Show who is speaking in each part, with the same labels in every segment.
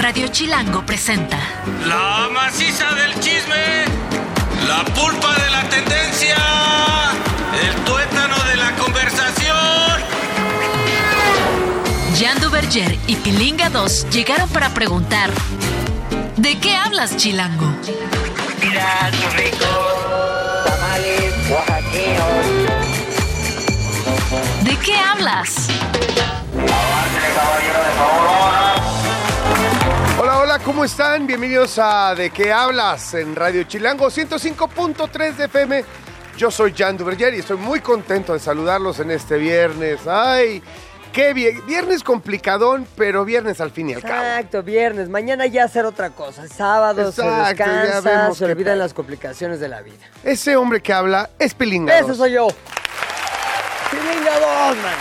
Speaker 1: Radio Chilango presenta
Speaker 2: La maciza del chisme, la pulpa de la tendencia, el tuétano de la conversación.
Speaker 1: Yandu Berger y Pilinga 2 llegaron para preguntar ¿De qué hablas, Chilango?
Speaker 3: Mira, qué rico. Tamales oaxaqueños.
Speaker 1: ¿De qué hablas?
Speaker 3: Avance, caballero, de favor, vámonos.
Speaker 4: Hola, hola, ¿cómo están? Bienvenidos a De qué hablas en Radio Chilango 105.3 de FM. Yo soy Jan Duverger y estoy muy contento de saludarlos en este viernes. Ay, qué bien. Viernes complicadón, pero viernes al fin y al cabo.
Speaker 5: Exacto, viernes. Mañana ya hacer otra cosa. Sábado se
Speaker 4: Exacto, ya
Speaker 5: descansa,
Speaker 4: vemos
Speaker 5: se
Speaker 4: qué
Speaker 5: olvidan
Speaker 4: pedo.
Speaker 5: las complicaciones de la vida.
Speaker 4: Ese hombre que habla es Pilinga.
Speaker 5: Ese soy yo. Pilinga dos, man.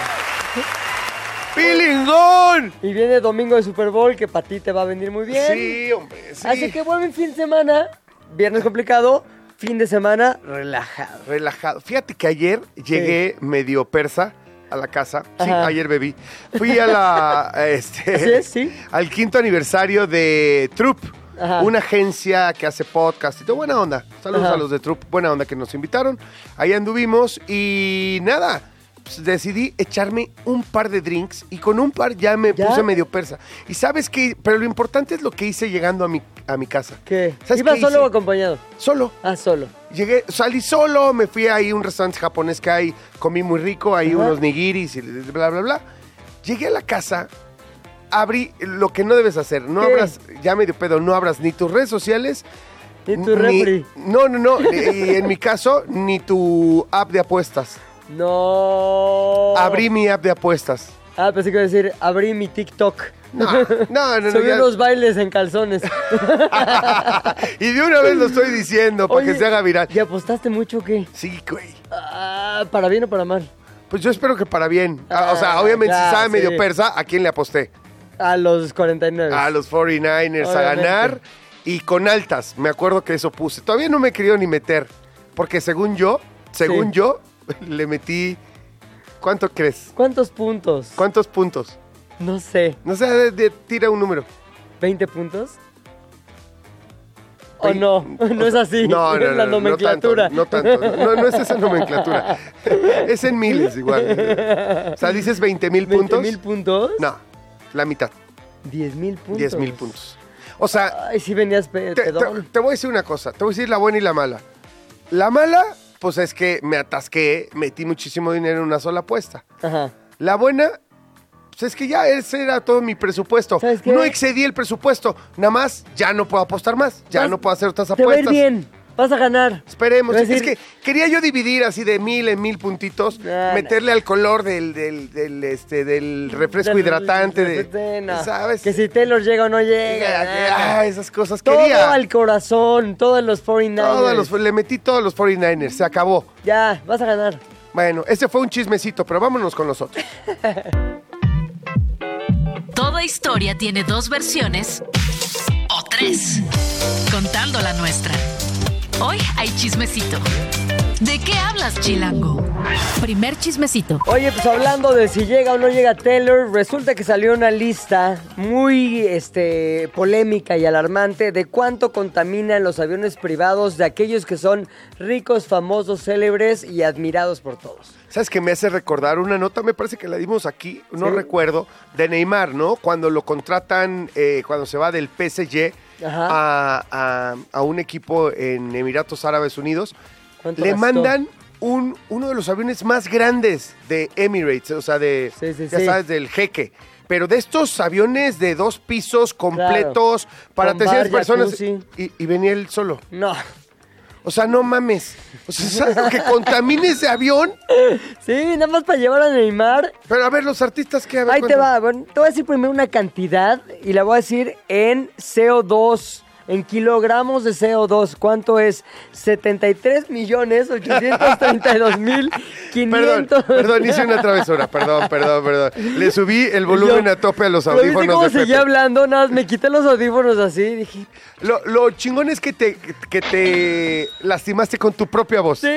Speaker 4: ¡Pilingón!
Speaker 5: Y viene domingo de Super Bowl, que para ti te va a venir muy bien.
Speaker 4: Sí, hombre, sí.
Speaker 5: Así que buen fin de semana. Viernes complicado, fin de semana relajado.
Speaker 4: relajado. Fíjate que ayer llegué medio persa a la casa. Sí,
Speaker 5: Ajá.
Speaker 4: ayer bebí. Fui a la este,
Speaker 5: Así es, sí.
Speaker 4: al quinto aniversario de Troop,
Speaker 5: Ajá.
Speaker 4: una agencia que hace podcast y todo. Buena onda. Saludos
Speaker 5: Ajá.
Speaker 4: a los de Troop, buena onda que nos invitaron. Ahí anduvimos y nada. pues, Decidí echarme un par de drinks y con un par ya me
Speaker 5: ¿Ya?
Speaker 4: puse medio persa. Y sabes que, pero lo importante es lo que hice llegando a mi, a mi casa.
Speaker 5: ¿Qué?
Speaker 4: ¿Sabes
Speaker 5: ¿Ibas
Speaker 4: qué
Speaker 5: solo
Speaker 4: hice?
Speaker 5: o acompañado?
Speaker 4: Solo.
Speaker 5: Ah, solo.
Speaker 4: Llegué, salí solo, me fui ahí a un restaurante japonés que hay, comí muy rico, ahí
Speaker 5: Ajá.
Speaker 4: unos nigiris y bla, bla, bla. Llegué a la casa, abrí lo que no debes hacer, no
Speaker 5: ¿Qué?
Speaker 4: abras, ya medio pedo, no abras ni tus redes sociales.
Speaker 5: ¿Y
Speaker 4: ni-
Speaker 5: tu refri?
Speaker 4: No, no, no, y en mi caso, ni tu app de apuestas.
Speaker 5: No.
Speaker 4: Abrí mi app de apuestas.
Speaker 5: Ah, pensé que iba a decir, abrí mi TikTok.
Speaker 4: No, no, no, no,
Speaker 5: Subí
Speaker 4: ya-
Speaker 5: unos bailes en calzones.
Speaker 4: y de una vez lo estoy diciendo, para que
Speaker 5: Oye,
Speaker 4: se haga viral.
Speaker 5: ¿Y apostaste mucho o qué?
Speaker 4: Sí, güey.
Speaker 5: Ah, para bien o para mal.
Speaker 4: Pues yo espero que para bien. Ah, o sea,
Speaker 5: Ah,
Speaker 4: obviamente
Speaker 5: ya,
Speaker 4: si sabe medio
Speaker 5: sí.
Speaker 4: persa, ¿a quién le aposté?
Speaker 5: A los 49.
Speaker 4: a los 49ers a
Speaker 5: Obviamente.
Speaker 4: ganar y con altas. Me acuerdo que eso puse. Todavía no me he querido ni meter, porque según yo, según
Speaker 5: Sí.
Speaker 4: yo, le metí. ¿Cuánto crees?
Speaker 5: ¿Cuántos puntos?
Speaker 4: ¿Cuántos puntos?
Speaker 5: No sé.
Speaker 4: No sé, de- de- tira un número.
Speaker 5: ¿20 puntos? ¿O
Speaker 4: Vein-
Speaker 5: Oh, no? No es así.
Speaker 4: No, no,
Speaker 5: es la
Speaker 4: no, no, no tanto,
Speaker 5: nomenclatura.
Speaker 4: no tanto. No, no es esa nomenclatura. Es en miles igual. O sea, dices 20 mil puntos.
Speaker 5: mil puntos?
Speaker 4: No, la mitad,
Speaker 5: 10 mil puntos.
Speaker 4: 10 mil puntos. O sea,
Speaker 5: Ay, sí venías pe-
Speaker 4: Te, te-
Speaker 5: pedón.
Speaker 4: te voy a decir una cosa, te voy a decir la buena y la mala. La mala, pues es que me atasqué, metí muchísimo dinero en una sola apuesta.
Speaker 5: Ajá.
Speaker 4: La buena, pues es que ya ese era todo mi presupuesto.
Speaker 5: ¿Sabes qué?
Speaker 4: No excedí el presupuesto, nada más ya no puedo apostar más, ya
Speaker 5: Vas-
Speaker 4: no puedo hacer otras
Speaker 5: Te va a
Speaker 4: apuestas.
Speaker 5: ir bien. Vas a ganar.
Speaker 4: Esperemos.
Speaker 5: Te
Speaker 4: Es
Speaker 5: voy a decir-
Speaker 4: que quería yo dividir así de mil en mil puntitos,
Speaker 5: No, no.
Speaker 4: meterle al color del, del, del, este, del refresco
Speaker 5: Del-
Speaker 4: hidratante, de,
Speaker 5: de- no.
Speaker 4: ¿sabes?
Speaker 5: Que si Taylor llega o no llega.
Speaker 4: Ah, esas cosas
Speaker 5: todo
Speaker 4: quería.
Speaker 5: al corazón, todos los 49.
Speaker 4: Todos los- le metí todos los 49ers, se acabó.
Speaker 5: Ya, vas a ganar.
Speaker 4: Bueno, ese fue un chismecito, pero vámonos con los otros.
Speaker 1: Toda historia tiene dos versiones o tres, contando la nuestra. Hoy hay chismecito. ¿De qué hablas, Chilango? Primer chismecito.
Speaker 5: Oye, pues hablando de si llega o no llega Taylor, resulta que salió una lista muy este, polémica y alarmante de cuánto contaminan los aviones privados de aquellos que son ricos, famosos, célebres y admirados por todos.
Speaker 4: ¿Sabes qué me hace recordar una nota? Me parece que la dimos aquí, no
Speaker 5: Sí.
Speaker 4: recuerdo, de Neymar, ¿no? Cuando lo contratan, eh, cuando se va del PSG
Speaker 5: Ajá.
Speaker 4: a, a- a un equipo en Emiratos Árabes Unidos, le
Speaker 5: ¿Cuánto gastó?
Speaker 4: mandan un, uno de los aviones más grandes de Emirates, o sea, de,
Speaker 5: Sí, sí,
Speaker 4: ya
Speaker 5: sí.
Speaker 4: sabes, del jeque. Pero de estos aviones de dos pisos completos para
Speaker 5: Con
Speaker 4: 300
Speaker 5: bar,
Speaker 4: personas. Y,
Speaker 5: jacuzzi.
Speaker 4: y venía él solo.
Speaker 5: No,
Speaker 4: O sea, no mames. O sea, ¿sabes lo que contamine ese avión?
Speaker 5: sí, nada más para llevar a Neymar.
Speaker 4: Pero a ver, los artistas que...
Speaker 5: Ahí te va, bueno, te voy a decir primero una cantidad y la voy a decir en CO2. En kilogramos de CO2, ¿cuánto es? 73 millones 832 mil 500.
Speaker 4: Perdón, perdón, hice una travesura. Perdón, perdón, perdón. Le subí el volumen
Speaker 5: Yo-
Speaker 4: a tope a los
Speaker 5: ¿Pero viste
Speaker 4: audífonos
Speaker 5: cómo
Speaker 4: de
Speaker 5: seguía
Speaker 4: Pepe.
Speaker 5: hablando? Nada, más me quité los audífonos así y dije,
Speaker 4: Lo, lo chingón es que te, que te lastimaste con tu propia voz.
Speaker 5: sí,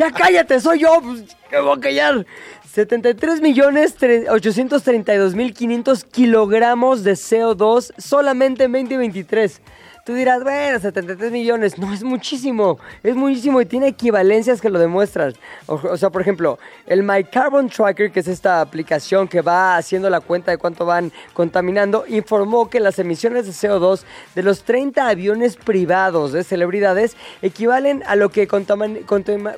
Speaker 5: ya cállate, soy yo. pues, ¡Que voy a callar! 73 millones tre- 832 mil 500 kilogramos de CO2 solamente en 2023. Tú dirás, bueno, 73 millones, no, es muchísimo, es muchísimo y tiene equivalencias que lo demuestran. O, o sea, por ejemplo, el My Carbon Tracker, que es esta aplicación que va haciendo la cuenta de cuánto van contaminando, informó que las emisiones de CO2 de los 30 aviones privados de celebridades equivalen a lo que contaman- contema-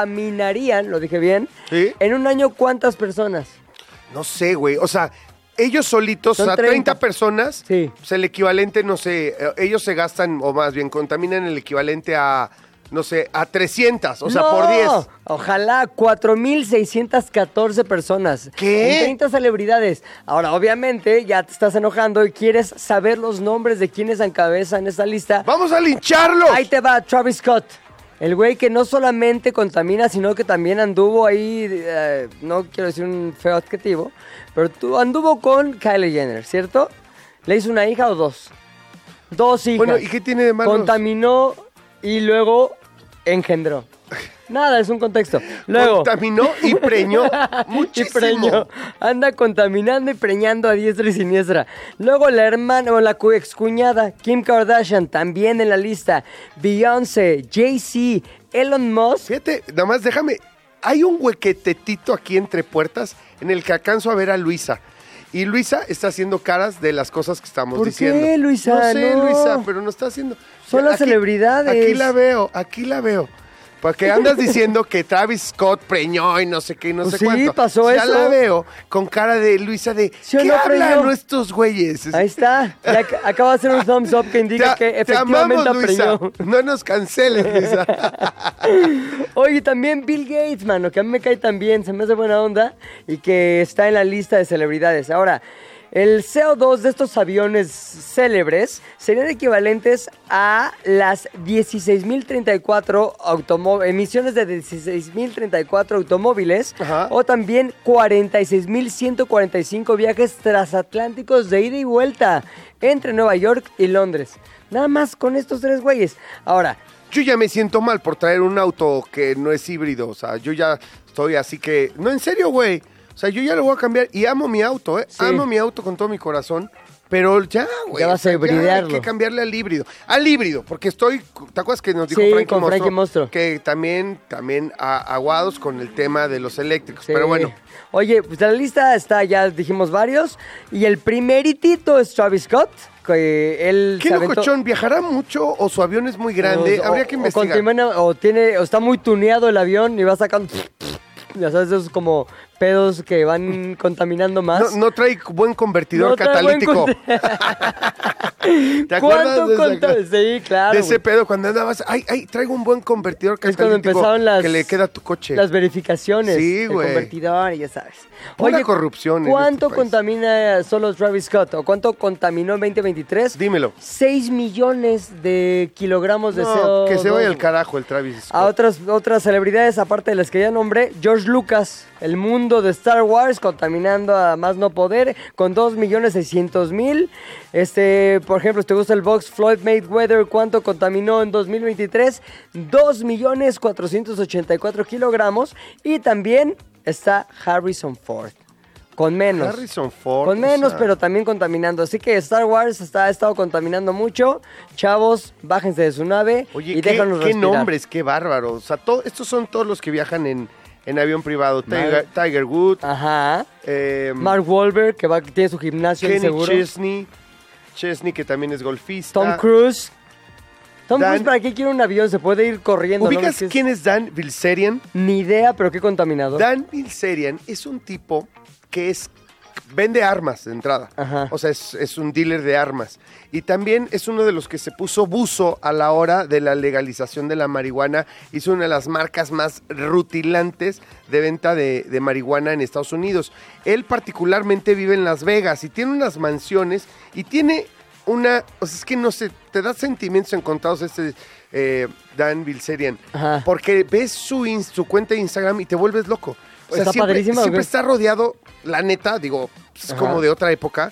Speaker 5: contaminarían, lo dije bien,
Speaker 4: Sí.
Speaker 5: en un año cuántas personas.
Speaker 4: No sé, güey. O sea, ellos solitos,
Speaker 5: Son
Speaker 4: o sea, 30,
Speaker 5: 30
Speaker 4: personas,
Speaker 5: Sí.
Speaker 4: pues el equivalente, no sé, eh, ellos se gastan, o más bien, contaminan el equivalente a, no sé, a 300, o sea,
Speaker 5: ¡No!
Speaker 4: por 10.
Speaker 5: Ojalá 4.614 personas.
Speaker 4: ¿Qué?
Speaker 5: En 30 celebridades. Ahora, obviamente, ya te estás enojando y quieres saber los nombres de quienes encabezan esta lista.
Speaker 4: ¡Vamos a lincharlos!
Speaker 5: Ahí te va Travis Scott. El güey que no solamente contamina, sino que también anduvo ahí, eh, no quiero decir un feo adjetivo, pero tú anduvo con Kylie Jenner, ¿cierto? ¿Le hizo una hija o dos? Dos hijas.
Speaker 4: Bueno, ¿y qué tiene de malo?
Speaker 5: Contaminó y luego engendró. Nada, es un contexto. Luego.
Speaker 4: Contaminó y preñó muchísimo.
Speaker 5: Y preñó. Anda contaminando y preñando a diestra y siniestra. Luego la hermana o la cu- excuñada Kim Kardashian también en la lista. Beyoncé, Jay-Z, Elon Musk.
Speaker 4: Fíjate, nada más déjame. Hay un huequetetito aquí entre puertas en el que alcanzo a ver a Luisa. Y Luisa está haciendo caras de las cosas que estamos
Speaker 5: ¿Por qué,
Speaker 4: diciendo.
Speaker 5: Luisa?
Speaker 4: No sé,
Speaker 5: No.
Speaker 4: Luisa, pero no está haciendo.
Speaker 5: Son
Speaker 4: Mira,
Speaker 5: las celebridades.
Speaker 4: Aquí la veo, aquí la veo. Porque andas diciendo que Travis Scott preñó y no sé qué, y no
Speaker 5: Pues
Speaker 4: sé
Speaker 5: sí,
Speaker 4: cuánto.
Speaker 5: pasó
Speaker 4: ya
Speaker 5: eso.
Speaker 4: la veo con cara de Luisa de
Speaker 5: ¿Sí o
Speaker 4: ¿qué
Speaker 5: no
Speaker 4: hablan
Speaker 5: preñó?
Speaker 4: estos güeyes?
Speaker 5: Ahí está. Ya ac- acaba de hacer un thumbs up que indica
Speaker 4: Te-
Speaker 5: que
Speaker 4: te amamos,
Speaker 5: efectivamente
Speaker 4: Luisa.
Speaker 5: preñó.
Speaker 4: No nos canceles, Luisa.
Speaker 5: Oye, también Bill Gates, mano, que a mí me cae también, se me hace buena onda y que está en la lista de celebridades. Ahora, el CO2 de estos aviones célebres serían equivalentes a las 16.034 automó- emisiones de 16.034 automóviles
Speaker 4: Ajá.
Speaker 5: o también 46.145 viajes transatlánticos de ida y vuelta entre Nueva York y Londres. Nada más con estos tres güeyes. Ahora,
Speaker 4: Yo ya me siento mal por traer un auto que no es híbrido. O sea, yo ya estoy así que. No, en serio, güey. O sea, yo ya lo voy a cambiar y amo mi auto, ¿eh?
Speaker 5: Sí.
Speaker 4: Amo mi auto con todo mi corazón. Pero ya, güey.
Speaker 5: Ya
Speaker 4: o
Speaker 5: vas
Speaker 4: sea,
Speaker 5: a hibridearlo.
Speaker 4: Hay que cambiarle al híbrido. Al híbrido, porque estoy. ¿Te acuerdas que nos dijo
Speaker 5: Sí,
Speaker 4: Frankie
Speaker 5: con
Speaker 4: Mostro
Speaker 5: Frankie Mostro.
Speaker 4: Que también, también a- aguados con el tema de los eléctricos.
Speaker 5: Sí.
Speaker 4: Pero bueno.
Speaker 5: Oye, pues de la lista está, ya dijimos varios. Y el primeritito es Travis Scott. Que él
Speaker 4: ¿Qué
Speaker 5: se aventó- Pues,
Speaker 4: locochón? ¿Viajará mucho o su avión es muy grande?
Speaker 5: o-
Speaker 4: Habría que
Speaker 5: o
Speaker 4: investigar.
Speaker 5: contamina- O, tiene, o está muy tuneado el avión y va sacando. Ya sabes, esos como pedos que van contaminando
Speaker 4: No,
Speaker 5: más.
Speaker 4: no trae buen convertidor
Speaker 5: No trae buen
Speaker 4: catalítico. ¿Te acuerdas
Speaker 5: ¿Cuánto
Speaker 4: de esa-
Speaker 5: conta- Sí, claro.
Speaker 4: de ese
Speaker 5: güey.
Speaker 4: pedo cuando andabas, ay, ay, traigo un buen convertidor
Speaker 5: Es cuando
Speaker 4: catalítico
Speaker 5: empezaron las.
Speaker 4: que le queda a tu coche.
Speaker 5: Las verificaciones.
Speaker 4: Sí,
Speaker 5: el
Speaker 4: güey.
Speaker 5: convertidor y ya sabes.
Speaker 4: Pura corrupción en
Speaker 5: ¿Cuánto
Speaker 4: este país.
Speaker 5: contamina solo Travis Scott? ¿O cuánto contaminó en 2023?
Speaker 4: Dímelo.
Speaker 5: 6 millones de kilogramos de
Speaker 4: No,
Speaker 5: CO2.
Speaker 4: que se vaya al carajo el Travis Scott.
Speaker 5: A otras, otras celebridades, aparte de las que ya nombré, George Lucas, el mundo de Star Wars, contaminando a más no poder, con 2.600.000. Este, por ejemplo, si te gusta el box, Floyd Mayweather, ¿cuánto contaminó en 2023? 2.484.000 kilogramos. Y también está Harrison Ford. Con menos.
Speaker 4: Harrison Ford,
Speaker 5: Con
Speaker 4: o
Speaker 5: menos,
Speaker 4: sea.
Speaker 5: pero también contaminando. Así que Star Wars está, ha estado contaminando mucho. Chavos, bájense de su nave
Speaker 4: Oye,
Speaker 5: y
Speaker 4: qué,
Speaker 5: déjanos
Speaker 4: qué
Speaker 5: respirar.
Speaker 4: nombres, qué bárbaro. O sea, to- estos son todos los que viajan en, en avión privado. Tiger,
Speaker 5: Madre.
Speaker 4: Tiger Wood,
Speaker 5: Ajá.
Speaker 4: eh,
Speaker 5: Ah, Mark Wahlberg, que va, que tiene su gimnasio en
Speaker 4: Kenny
Speaker 5: seguro.
Speaker 4: Chesney, Chesney que también es golfista.
Speaker 5: Tom Cruise. Tom
Speaker 4: Dan-
Speaker 5: Cruise, ¿para qué quiere un avión? Se puede ir corriendo. ¿no?
Speaker 4: ¿Ubicas
Speaker 5: Porque es-
Speaker 4: quién es Dan Bilzerian?
Speaker 5: Ni idea, pero qué contaminador.
Speaker 4: Dan Bilzerian es un tipo que es vende armas de entrada.
Speaker 5: Ajá.
Speaker 4: O sea, es, es un dealer de armas. Y también es uno de los que se puso buzo a la hora de la legalización de la marihuana. Hizo una de las marcas más rutilantes de venta de, de marihuana en Estados Unidos. Él particularmente vive en Las Vegas y tiene unas mansiones y tiene una... O sea, es que no sé, te da sentimientos encontrados este eh, Dan Bilzerian.
Speaker 5: Ajá.
Speaker 4: Porque ves su, ins- su cuenta de Instagram y te vuelves loco. O sea,
Speaker 5: Está
Speaker 4: siempre,
Speaker 5: padrísimo, ¿o
Speaker 4: siempre
Speaker 5: qué?
Speaker 4: está rodeado, la neta, digo, es
Speaker 5: Ajá.
Speaker 4: como de otra época.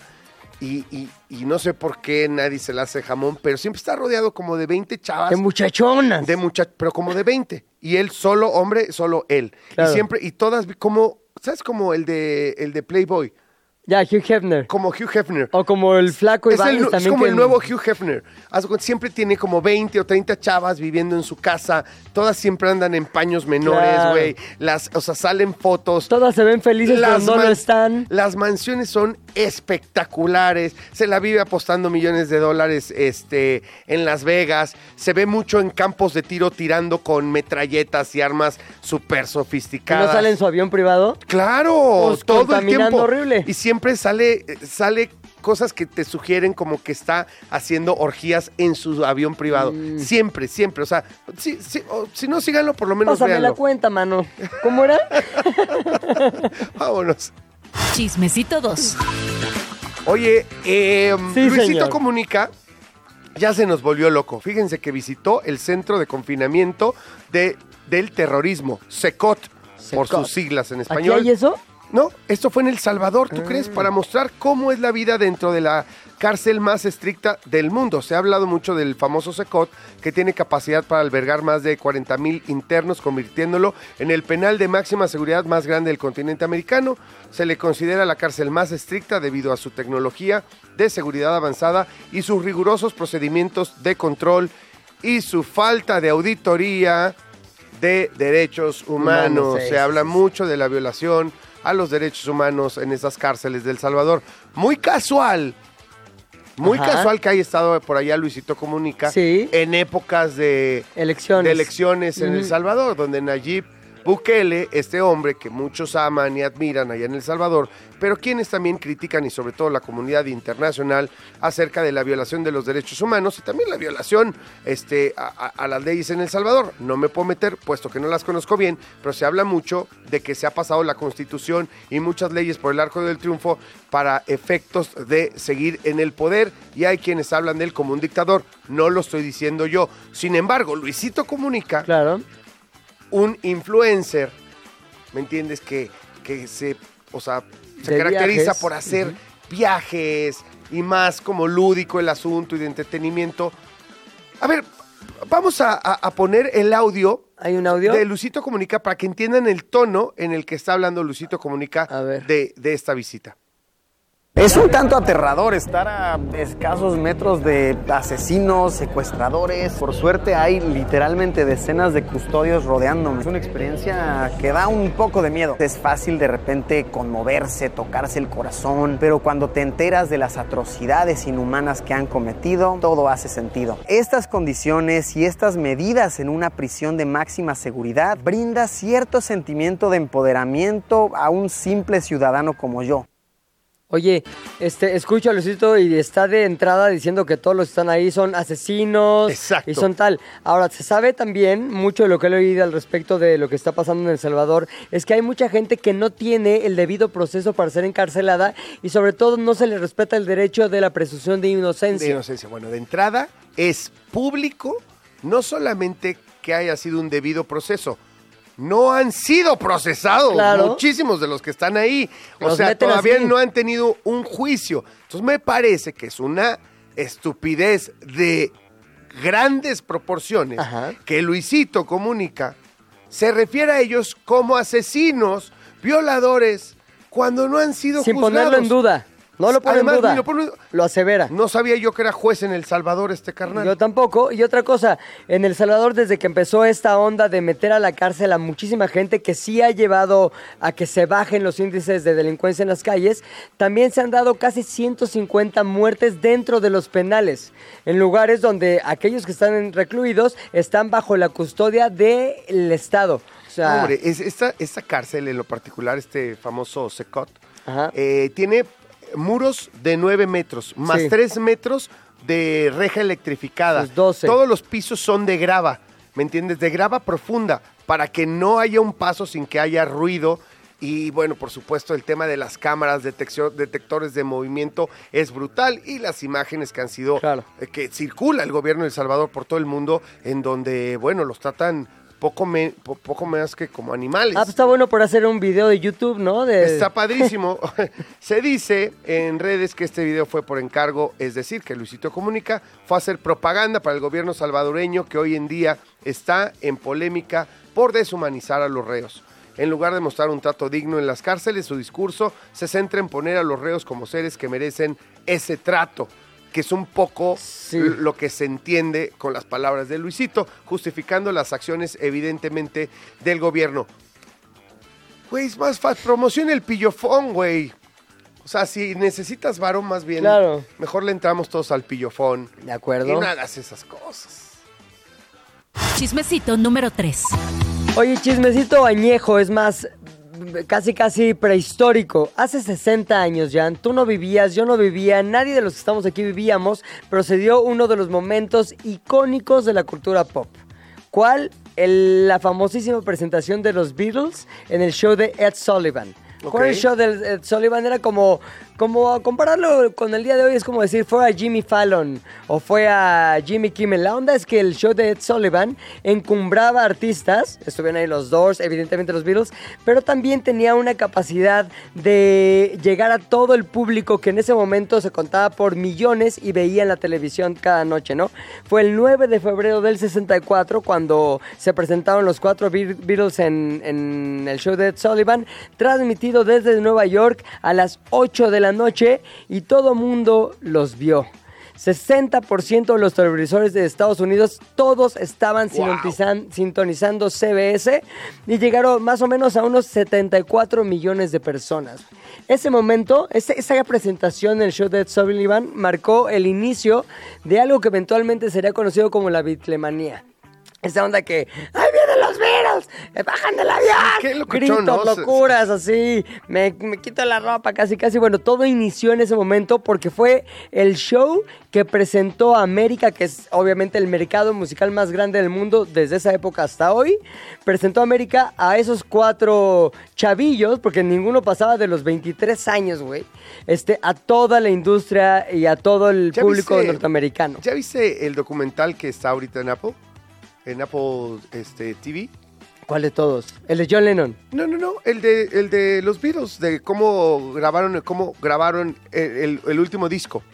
Speaker 4: Y, y- y no sé por qué nadie se la hace jamón, pero siempre está rodeado como de 20 chavas.
Speaker 5: ¡Qué muchachonas!
Speaker 4: de mucha- pero como de 20. y él solo hombre, solo él.
Speaker 5: Claro.
Speaker 4: Y siempre, y todas como, ¿sabes? Como el de el de Playboy,
Speaker 5: Ya, Hugh Hefner.
Speaker 4: como Hugh Hefner.
Speaker 5: O como el flaco
Speaker 4: Es, el
Speaker 5: Ibáñez
Speaker 4: nu- es
Speaker 5: también.
Speaker 4: como
Speaker 5: que-
Speaker 4: el nuevo Hugh Hefner. Haz de cuenta, Siempre tiene como 20 o 30 chavas viviendo en su casa. Todas siempre andan en paños menores,
Speaker 5: Claro.
Speaker 4: güey. Las, o sea, salen fotos.
Speaker 5: Todas se ven felices cuando no
Speaker 4: man-
Speaker 5: lo están.
Speaker 4: Las mansiones son espectaculares. Se la vive apostando millones de dólares este, en Las Vegas. Se ve mucho en campos de tiro tirando con metralletas y armas súper
Speaker 5: ¿Y no
Speaker 4: sofisticadas.
Speaker 5: sale en su avión privado?
Speaker 4: Claro,
Speaker 5: Pues,
Speaker 4: todo el
Speaker 5: contaminando
Speaker 4: tiempo.
Speaker 5: horrible.
Speaker 4: Y siempre sale, eh, sale cosas que te sugieren como que está haciendo orgías en su avión privado.
Speaker 5: Mm.
Speaker 4: Siempre, siempre. O sea, si, si- o si no, síganlo, por lo menos
Speaker 5: Pásame la
Speaker 4: véanlo.
Speaker 5: cuenta, mano. ¿Cómo era?
Speaker 4: Vámonos.
Speaker 1: Chismecito 2.
Speaker 4: Oye, eh,
Speaker 5: Sí,
Speaker 4: Luisito
Speaker 5: señor.
Speaker 4: Comunica ya se nos volvió loco. Fíjense que visitó el centro de confinamiento de, del terrorismo, SECOT, por
Speaker 5: SECOT.
Speaker 4: sus siglas en
Speaker 5: ¿Aquí
Speaker 4: español.
Speaker 5: hay eso?
Speaker 4: No, esto fue en El Salvador, ¿tú crees? Para mostrar cómo es la vida dentro de la cárcel más estricta del mundo. Se ha hablado mucho del famoso SECOT, que tiene capacidad para albergar más de 40 mil internos, convirtiéndolo en el penal de máxima seguridad más grande del continente americano. Se le considera la cárcel más estricta debido a su tecnología de seguridad avanzada y sus rigurosos procedimientos de control y su falta de auditoría de derechos humanos.
Speaker 5: Humanos, sí,
Speaker 4: Se
Speaker 5: sí,
Speaker 4: habla
Speaker 5: sí.
Speaker 4: mucho de la violación a los derechos humanos en esas cárceles del Salvador. Muy casual. Muy
Speaker 5: Ajá.
Speaker 4: casual que haya estado por allá Luisito Comunica
Speaker 5: Sí.
Speaker 4: en épocas de
Speaker 5: Elecciones.
Speaker 4: de elecciones en El Salvador, donde Nayib Bukele, este hombre que muchos aman y admiran allá en El Salvador, pero quienes también critican y sobre todo la comunidad internacional acerca de la violación de los derechos humanos y también la violación este, a, a- a las leyes en El Salvador. No me puedo meter, puesto que no las conozco bien, pero se habla mucho de que se ha pasado la constitución y muchas leyes por el arco del triunfo para efectos de seguir en el poder y hay quienes hablan de él como un dictador. No lo estoy diciendo yo. Sin embargo, Luisito Comunica,
Speaker 5: Claro.
Speaker 4: un influencer, ¿me entiendes? Que, que se, o sea, se
Speaker 5: De
Speaker 4: caracteriza
Speaker 5: viajes,
Speaker 4: por hacer
Speaker 5: ujú.
Speaker 4: viajes y más como lúdico el asunto y de entretenimiento. A ver, vamos a, a- a poner el audio
Speaker 5: ¿Hay un audio?
Speaker 4: de Luisito Comunica para que entiendan el tono en el que está hablando Luisito Comunica
Speaker 5: A ver.
Speaker 4: de- de esta visita.
Speaker 6: Es un tanto aterrador estar a escasos metros de asesinos, secuestradores. Por suerte hay literalmente decenas de custodios rodeándome. Es una experiencia que da un poco de miedo. Es fácil de repente conmoverse, tocarse el corazón, pero cuando te enteras de las atrocidades inhumanas que han cometido, todo hace sentido. Estas condiciones y estas medidas en una prisión de máxima seguridad brinda cierto sentimiento de empoderamiento a un simple ciudadano como yo.
Speaker 5: Oye, este, escucho a Luisito y está de entrada diciendo que todos los que están ahí son asesinos
Speaker 4: Exacto.
Speaker 5: y son tal. Ahora, se sabe también, mucho de lo que he oído al respecto de lo que está pasando en El Salvador, es que hay mucha gente que no tiene el debido proceso para ser encarcelada y sobre todo no se le respeta el derecho de la presunción de
Speaker 4: De
Speaker 5: inocencia.
Speaker 4: inocencia. Bueno, de entrada es público, no solamente que haya sido un debido proceso. No han sido procesados
Speaker 5: Claro.
Speaker 4: muchísimos de los que están ahí. O
Speaker 5: Los
Speaker 4: sea,
Speaker 5: meten
Speaker 4: todavía
Speaker 5: así.
Speaker 4: no han tenido un juicio. Entonces me parece que es una estupidez de grandes proporciones
Speaker 5: Ajá.
Speaker 4: que Luisito comunica. Se refiere a ellos como asesinos, violadores, cuando no han sido
Speaker 5: Sin
Speaker 4: juzgados.
Speaker 5: ponerlo en duda. No lo pone
Speaker 4: Además,
Speaker 5: en duda.
Speaker 4: ni lo pone-
Speaker 5: Lo asevera.
Speaker 4: No sabía yo que era juez en El Salvador este carnal.
Speaker 5: Yo tampoco. Y otra cosa, en El Salvador, desde que empezó esta onda de meter a la cárcel a muchísima gente que sí ha llevado a que se bajen los índices de delincuencia en las calles, también se han dado casi 150 muertes dentro de los penales, en lugares donde aquellos que están en- recluidos están bajo la custodia del Estado. O sea, ah,
Speaker 4: Hombre, es- esta, esta cárcel en lo particular, este famoso Secot,
Speaker 5: Ajá.
Speaker 4: eh, tiene muros de 9 metros, más
Speaker 5: Sí.
Speaker 4: 3 metros de reja electrificada.
Speaker 5: Pues 12.
Speaker 4: Todos los pisos son de grava, ¿me entiendes? De grava profunda, para que no haya un paso sin que haya ruido. Y bueno, por supuesto, el tema de las cámaras, detección- detectores de movimiento es brutal. Y las imágenes que han sido
Speaker 5: Claro.
Speaker 4: eh, que circula el gobierno de El Salvador por todo el mundo, en donde, bueno, los tratan poco, me- po- poco más que como animales.
Speaker 5: Ah, pues está bueno por hacer un video de YouTube, ¿no? De...
Speaker 4: Está padrísimo. Se dice en redes que este video fue por encargo, es decir, que Luisito Comunica fue a hacer propaganda para el gobierno salvadoreño que hoy en día está en polémica por deshumanizar a los reos. En lugar de mostrar un trato digno en las cárceles, su discurso se centra en poner a los reos como seres que merecen ese trato que es un poco
Speaker 5: Sí.
Speaker 4: l- lo que se entiende con las palabras de Luisito, justificando las acciones evidentemente del gobierno. Güey, es más fácil. Promociona el pillofón, güey. O sea, si necesitas varón más bien,
Speaker 5: Claro.
Speaker 4: mejor le entramos todos al pillofón.
Speaker 5: De acuerdo.
Speaker 4: Y no hagas esas cosas.
Speaker 1: Chismecito número 3.
Speaker 5: Oye, chismecito añejo, es más, casi casi prehistórico. Hace 60 años, Jan, tú no vivías, yo no vivía, nadie de los que estamos aquí vivíamos, pero se dio uno de los momentos icónicos de la cultura pop. ¿Cuál? El- la famosísima presentación de los Beatles en el show de Ed Sullivan. ¿Cuál
Speaker 4: Ok.
Speaker 5: el show de Ed Sullivan? Era como, como compararlo con el día de hoy, es como decir, fue a Jimmy Fallon o fue a Jimmy Kimmel. La onda es que el show de Ed Sullivan encumbraba artistas, estuvieron ahí los Doors, evidentemente los Beatles, pero también tenía una capacidad de llegar a todo el público que en ese momento se contaba por millones y veía en la televisión cada noche, ¿no? Fue el 9 de febrero del 64 cuando se presentaron los cuatro Be- Beatles en, en el show de Ed Sullivan, transmitido desde Nueva York a las 8 de la noche y todo mundo los vio. 60% de los televisores de Estados Unidos, todos estaban sintonizan- sintonizando CBS y llegaron más o menos a unos 74 millones de personas. Ese momento, ese- esa presentación del show de Ed Sullivan marcó el inicio de algo que eventualmente sería conocido como la bitlemanía. Esa onda que, ¡ahí vienen los virus! ¡Eh, ¡Bajan del avión!
Speaker 4: Qué locochón,
Speaker 5: Gritos,
Speaker 4: ¿no? Se-
Speaker 5: locura horas, así, me, me quito la ropa casi casi. Bueno, todo inició en ese momento porque fue el show que presentó a América, que es obviamente el mercado musical más grande del mundo desde esa época hasta hoy. Presentó a América a esos cuatro chavillos, porque ninguno pasaba de los 23 años, güey. Este, a toda la industria y a todo el
Speaker 4: ¿Ya
Speaker 5: público
Speaker 4: viste-
Speaker 5: norteamericano.
Speaker 4: ¿Ya viste el documental que está ahorita en Apple? En Apple este, TV.
Speaker 5: ¿Cuál de todos? El de John Lennon.
Speaker 4: No, no, no, el de, el de los Beatles, de cómo grabaron, cómo grabaron el, el- el último disco.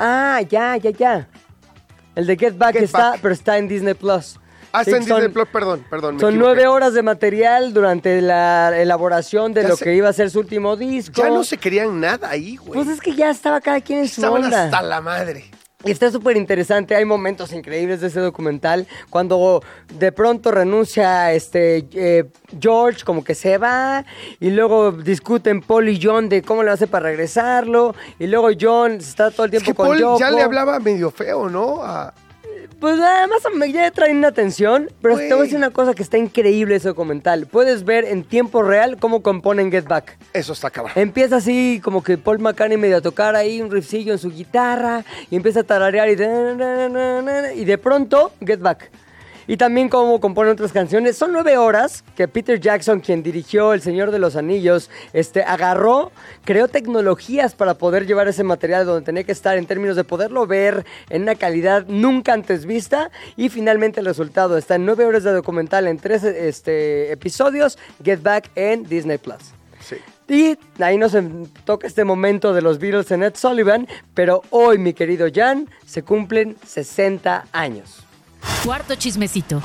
Speaker 5: Ah, ya, ya, ya. El de Get Back
Speaker 4: Get
Speaker 5: está,
Speaker 4: Back.
Speaker 5: pero está en Disney Plus.
Speaker 4: Ah,
Speaker 5: Sí,
Speaker 4: está en
Speaker 5: son-
Speaker 4: Disney Plus, perdón, perdón. me
Speaker 5: Son
Speaker 4: equivoqué.
Speaker 5: nueve horas de material durante la elaboración de
Speaker 4: Ya
Speaker 5: lo
Speaker 4: se-
Speaker 5: que iba a ser su último disco.
Speaker 4: Ya no se querían nada ahí, güey.
Speaker 5: Pues es que ya estaba cada quien en su
Speaker 4: Estaban
Speaker 5: onda.
Speaker 4: hasta la madre.
Speaker 5: Y está súper interesante, hay momentos increíbles de ese documental, cuando de pronto renuncia este eh, George, como que se va, y luego discuten Paul y John de cómo le hace para regresarlo, y luego John está todo el
Speaker 4: Es
Speaker 5: tiempo
Speaker 4: que
Speaker 5: con
Speaker 4: Paul ya
Speaker 5: Yoko.
Speaker 4: le hablaba medio feo, ¿no? A-
Speaker 5: Pues además ya traen una atención, pero te voy a decir
Speaker 4: Güey.
Speaker 5: una cosa que está increíble ese documental. Puedes ver en tiempo real cómo componen Get Back.
Speaker 4: Eso está cabrón.
Speaker 5: Empieza así como que Paul McCartney medio a tocar ahí un riffcillo en su guitarra y empieza a tararear y de, y de pronto Get Back. Y también como compone otras canciones. Son nueve horas que Peter Jackson, quien dirigió El Señor de los Anillos, este, agarró, creó tecnologías para poder llevar ese material donde tenía que estar en términos de poderlo ver en una calidad nunca antes vista. Y finalmente el resultado está en nueve horas de documental en tres este, episodios, Get Back en Disney Plus.
Speaker 4: Sí.
Speaker 5: Y ahí nos em- toca este momento de los Beatles en Ed Sullivan, pero hoy, mi querido Jan, se cumplen 60 años.
Speaker 1: Cuarto chismecito.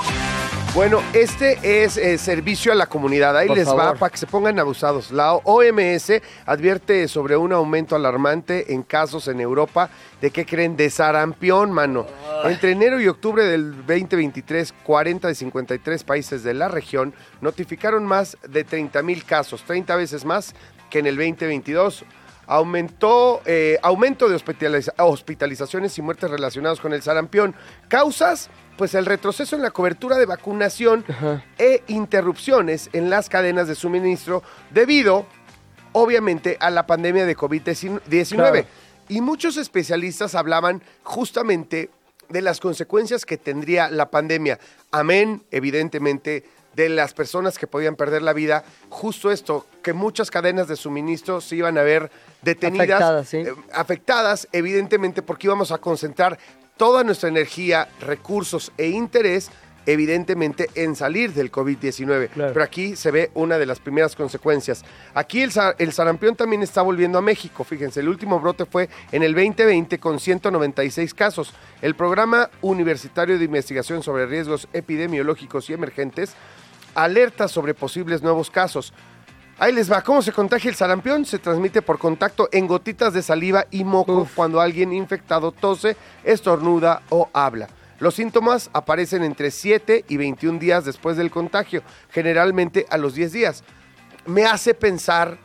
Speaker 4: Bueno, este es eh, servicio a la comunidad. Ahí
Speaker 5: Por
Speaker 4: les va
Speaker 5: favor.
Speaker 4: para que se pongan abusados. La OMS advierte sobre un aumento alarmante en casos en Europa de que creen de sarampión, mano. Entre enero y octubre del 2023, 40 de 53 países de la región notificaron más de 30 mil casos, 30 veces más que en el 2022. Aumentó, eh, aumento de hospitaliza- hospitalizaciones y muertes relacionadas con el sarampión. Causas, pues el retroceso en la cobertura de vacunación e interrupciones en las cadenas de suministro debido, obviamente, a la pandemia de COVID-19.
Speaker 5: Claro.
Speaker 4: Y muchos especialistas hablaban justamente de las consecuencias que tendría la pandemia. Amén, evidentemente, de las personas que podían perder la vida. Justo esto, que muchas cadenas de suministro se iban a ver detenidas,
Speaker 5: Afectadas, sí.
Speaker 4: eh, afectadas, evidentemente, porque íbamos a concentrar toda nuestra energía, recursos e interés evidentemente en salir del COVID-19.
Speaker 5: Claro.
Speaker 4: Pero aquí se ve una de las primeras consecuencias. Aquí el, sa- el sarampión también está volviendo a México. Fíjense, el último brote fue en el 2020 con 196 casos. El Programa Universitario de Investigación sobre Riesgos Epidemiológicos y Emergentes alerta sobre posibles nuevos casos. Ahí les va, ¿cómo se contagia el sarampión? Se transmite por contacto en gotitas de saliva y moco cuando alguien infectado tose, estornuda o habla. Los síntomas aparecen entre 7 y 21 días después del contagio, generalmente a los 10 días. Me hace pensar,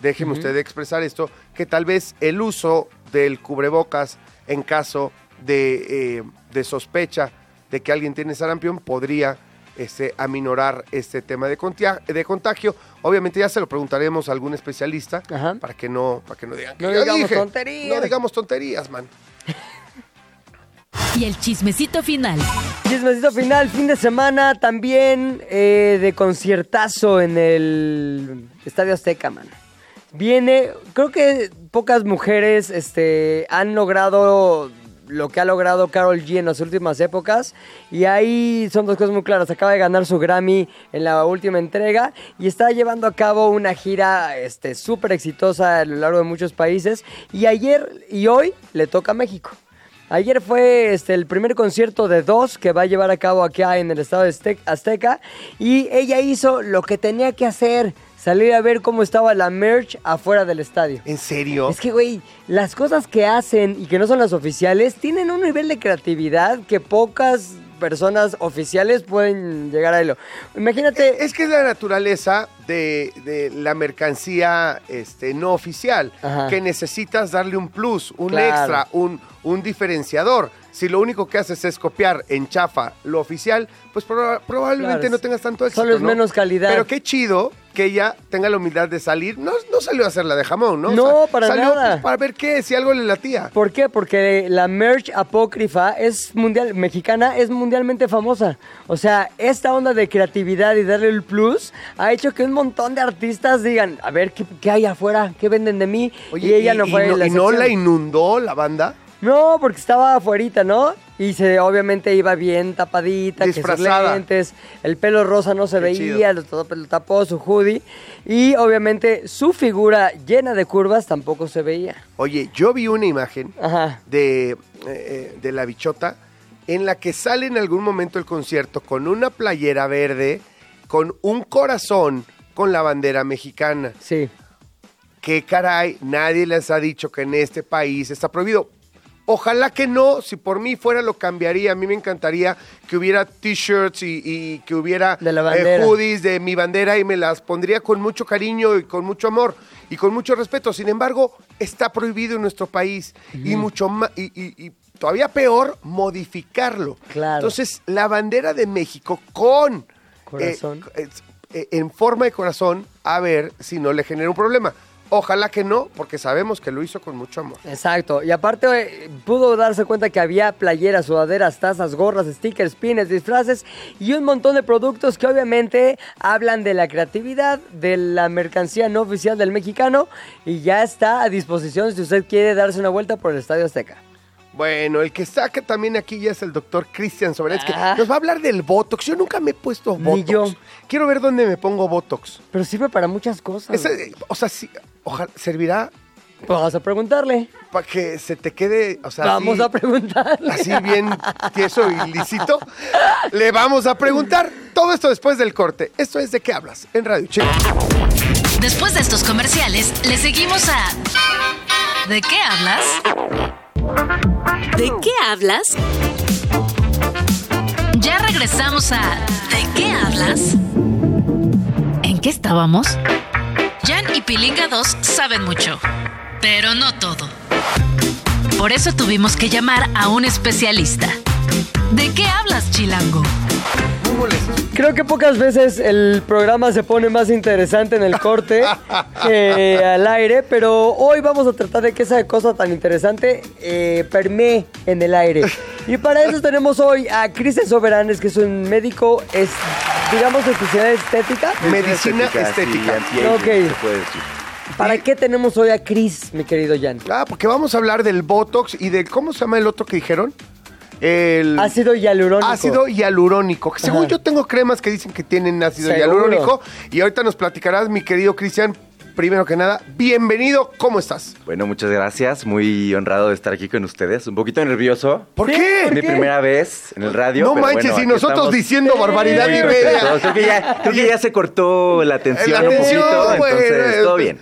Speaker 4: déjeme usted expresar esto, que tal vez el uso del cubrebocas en caso de, eh, de sospecha de que alguien tiene sarampión podría este, aminorar este tema de, contia- de contagio. Obviamente ya se lo preguntaremos a algún especialista
Speaker 5: Ajá.
Speaker 4: para que no para que no digan que
Speaker 5: No
Speaker 4: yo
Speaker 5: digamos
Speaker 4: dije.
Speaker 5: tonterías.
Speaker 4: No digamos tonterías, man.
Speaker 1: Y el chismecito final.
Speaker 5: Chismecito final, fin de semana también eh, de conciertazo en el Estadio Azteca, man. Viene, creo que pocas mujeres este, han logrado lo que ha logrado Carol G en las últimas épocas. Y ahí son dos cosas muy claras. Acaba de ganar su Grammy en la última entrega y está llevando a cabo una gira este, súper exitosa a lo largo de muchos países. Y ayer y hoy le toca a México. Ayer fue este, el primer concierto de dos que va a llevar a cabo acá en el estado de Azte- Azteca y ella hizo lo que tenía que hacer, salir a ver cómo estaba la merch afuera del estadio.
Speaker 4: ¿En serio?
Speaker 5: Es que, güey, las cosas que hacen y que no son las oficiales tienen un nivel de creatividad que pocas personas oficiales pueden llegar a ello. Imagínate...
Speaker 4: Es que es la naturaleza de, de la mercancía este, no oficial,
Speaker 5: Ajá.
Speaker 4: que necesitas darle un plus, un
Speaker 5: Claro.
Speaker 4: extra, un, un diferenciador. Si lo único que haces es copiar en chafa lo oficial, pues proba- probablemente
Speaker 5: Claro, es-
Speaker 4: no tengas tanto éxito.
Speaker 5: solo es
Speaker 4: ¿no?
Speaker 5: menos calidad.
Speaker 4: Pero qué chido que ella tenga la humildad de salir. No, no salió a hacer la de jamón, ¿no?
Speaker 5: No, para
Speaker 4: salió,
Speaker 5: nada.
Speaker 4: pues, para ver qué, si algo le latía.
Speaker 5: ¿Por qué? Porque la merch apócrifa es mundial, mexicana es mundialmente famosa. O sea, esta onda de creatividad y darle el plus ha hecho que un montón de artistas digan, a ver, ¿qué, qué hay afuera? ¿Qué venden de mí? y ella no fue
Speaker 4: no,
Speaker 5: la
Speaker 4: y no
Speaker 5: excepción.
Speaker 4: la inundó la banda.
Speaker 5: No, porque estaba afuerita, ¿no? Y se obviamente iba bien tapadita, que sus
Speaker 4: Disfrazada.
Speaker 5: lentes, el pelo rosa no se
Speaker 4: Qué
Speaker 5: veía, lo, tapó- lo tapó su hoodie. Y obviamente su figura llena de curvas tampoco se veía.
Speaker 4: Oye, yo vi una imagen
Speaker 5: Ajá.
Speaker 4: de, eh, de la bichota en la que sale en algún momento el concierto con una playera verde, con un corazón con la bandera mexicana.
Speaker 5: Sí.
Speaker 4: Que caray, nadie les ha dicho que en este país está prohibido. Ojalá que no, si por mí fuera lo cambiaría. A mí me encantaría que hubiera t-shirts y, y que hubiera eh,
Speaker 5: De la bandera.
Speaker 4: hoodies de mi bandera y me las pondría con mucho cariño y con mucho amor y con mucho respeto. Sin embargo, está prohibido en nuestro país y mucho más, y, y- y todavía peor, modificarlo.
Speaker 5: Claro.
Speaker 4: Entonces, la bandera de México con...
Speaker 5: Corazón.
Speaker 4: eh, es- eh, en forma de corazón a ver si no le genera un problema. Ojalá que no, porque sabemos que lo hizo con mucho amor.
Speaker 5: Exacto. Y aparte eh, pudo darse cuenta que había playeras, sudaderas, tazas, gorras, stickers, pines, disfraces y un montón de productos que obviamente hablan de la creatividad, de la mercancía no oficial del mexicano y ya está a disposición si usted quiere darse una vuelta por el Estadio Azteca.
Speaker 4: Bueno, el que saca también aquí ya es el doctor Cristian Sobrales, que
Speaker 5: Ah.
Speaker 4: nos va a hablar del Botox. Yo nunca me he puesto
Speaker 5: Ni
Speaker 4: Botox.
Speaker 5: yo.
Speaker 4: Quiero ver dónde me pongo Botox.
Speaker 5: Pero sirve para muchas cosas.
Speaker 4: Esa- eh, o sea, sí, ojalá, servirá
Speaker 5: Vamos a preguntarle.
Speaker 4: para que se te quede, o sea,
Speaker 5: Vamos
Speaker 4: así,
Speaker 5: a preguntarle.
Speaker 4: así bien tieso y lícito. Le vamos a preguntar todo esto después del corte. Esto es de qué hablas en Radio Chico.
Speaker 1: Después de estos comerciales, le seguimos a ¿De qué hablas? ¿De qué hablas? Ya regresamos a ¿De qué hablas? ¿En qué estábamos? Jan y Pilinga 2 saben mucho, pero no todo. Por eso tuvimos que llamar a un especialista. ¿De qué hablas, Chilango?
Speaker 4: Muy molesto.
Speaker 5: Creo que pocas veces el programa se pone más interesante en el corte que al aire, pero hoy vamos a tratar de que esa cosa tan interesante eh, permee en el aire. Y para eso tenemos hoy a Cristian Soberanes, que es un médico, es, digamos, de especialidad estética.
Speaker 4: Medicina estética.
Speaker 7: sí, ya- ya- ya
Speaker 5: Ok.
Speaker 7: se puede decir.
Speaker 5: ¿Para qué tenemos hoy a Cris, mi querido Jan?
Speaker 4: Ah, porque vamos a hablar del Botox y de cómo se llama el otro que dijeron. el
Speaker 5: Ácido hialurónico.
Speaker 4: ácido hialurónico. que Según
Speaker 5: Ajá.
Speaker 4: yo tengo cremas que dicen que tienen ácido
Speaker 5: Seguro.
Speaker 4: hialurónico. Y ahorita nos platicarás, mi querido Cristian. Primero que nada, bienvenido. ¿Cómo estás?
Speaker 7: Bueno, muchas gracias. Muy honrado de estar aquí con ustedes. Un poquito nervioso.
Speaker 4: ¿Por
Speaker 5: Sí,
Speaker 4: qué?
Speaker 7: Es mi primera vez en el radio.
Speaker 4: no
Speaker 7: pero
Speaker 4: manches,
Speaker 7: bueno,
Speaker 4: y
Speaker 7: aquí
Speaker 4: nosotros
Speaker 7: estamos
Speaker 4: diciendo barbaridad
Speaker 7: muy
Speaker 4: y media.
Speaker 7: contentos. Creo que, ya, creo que ya se cortó la
Speaker 4: La
Speaker 7: tensión un
Speaker 4: atención,
Speaker 7: poquito,
Speaker 4: güey.
Speaker 7: entonces todo bien.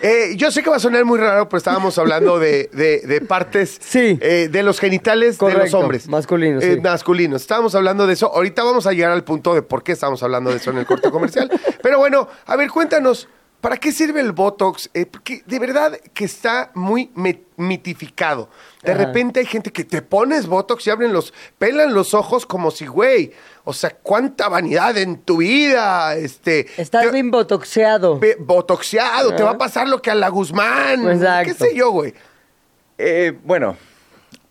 Speaker 4: Eh, yo sé que va a sonar muy raro, pero estábamos hablando de, de- de partes
Speaker 5: Sí.
Speaker 4: eh, de los genitales de los
Speaker 5: Correcto,
Speaker 4: hombres.
Speaker 5: masculinos,
Speaker 4: Eh,
Speaker 5: sí.
Speaker 4: Masculinos. Estábamos hablando de eso. Ahorita vamos a llegar al punto de por qué estábamos hablando de eso en el corte comercial. pero bueno, a ver, cuéntanos, ¿para qué sirve el Botox? Eh, porque de verdad que está muy me- mitificado. De
Speaker 5: Ajá.
Speaker 4: repente hay gente que te pones Botox y abren los, pelan los ojos como si, güey, o sea, cuánta vanidad en tu vida, este...
Speaker 5: Estás
Speaker 4: te-
Speaker 5: bien botoxeado.
Speaker 4: Pe- botoxeado, te va a pasar lo que a la Guzmán.
Speaker 5: ¿Eh? Exacto.
Speaker 4: ¿Qué sé yo, güey?
Speaker 7: Eh, bueno,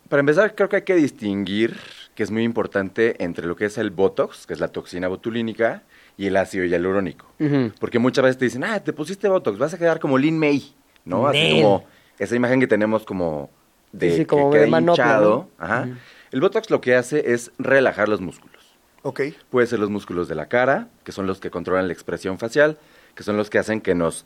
Speaker 7: para empezar, creo que hay que distinguir que es muy importante entre lo que es el Botox, que es la toxina botulínica, y el ácido hialurónico. Porque muchas veces te dicen, ah, te pusiste Botox, vas a quedar como Lin May, ¿no? Así
Speaker 5: Nel.
Speaker 7: como esa imagen que tenemos como de
Speaker 5: Sí, sí,
Speaker 7: que
Speaker 5: como
Speaker 7: queda
Speaker 5: de manopla,
Speaker 7: hinchado.
Speaker 5: ¿no?
Speaker 7: Ajá. El Botox lo que hace es relajar los músculos.
Speaker 4: Ok.
Speaker 7: Puede ser los músculos de la cara, que son los que controlan la expresión facial, que son los que hacen que nos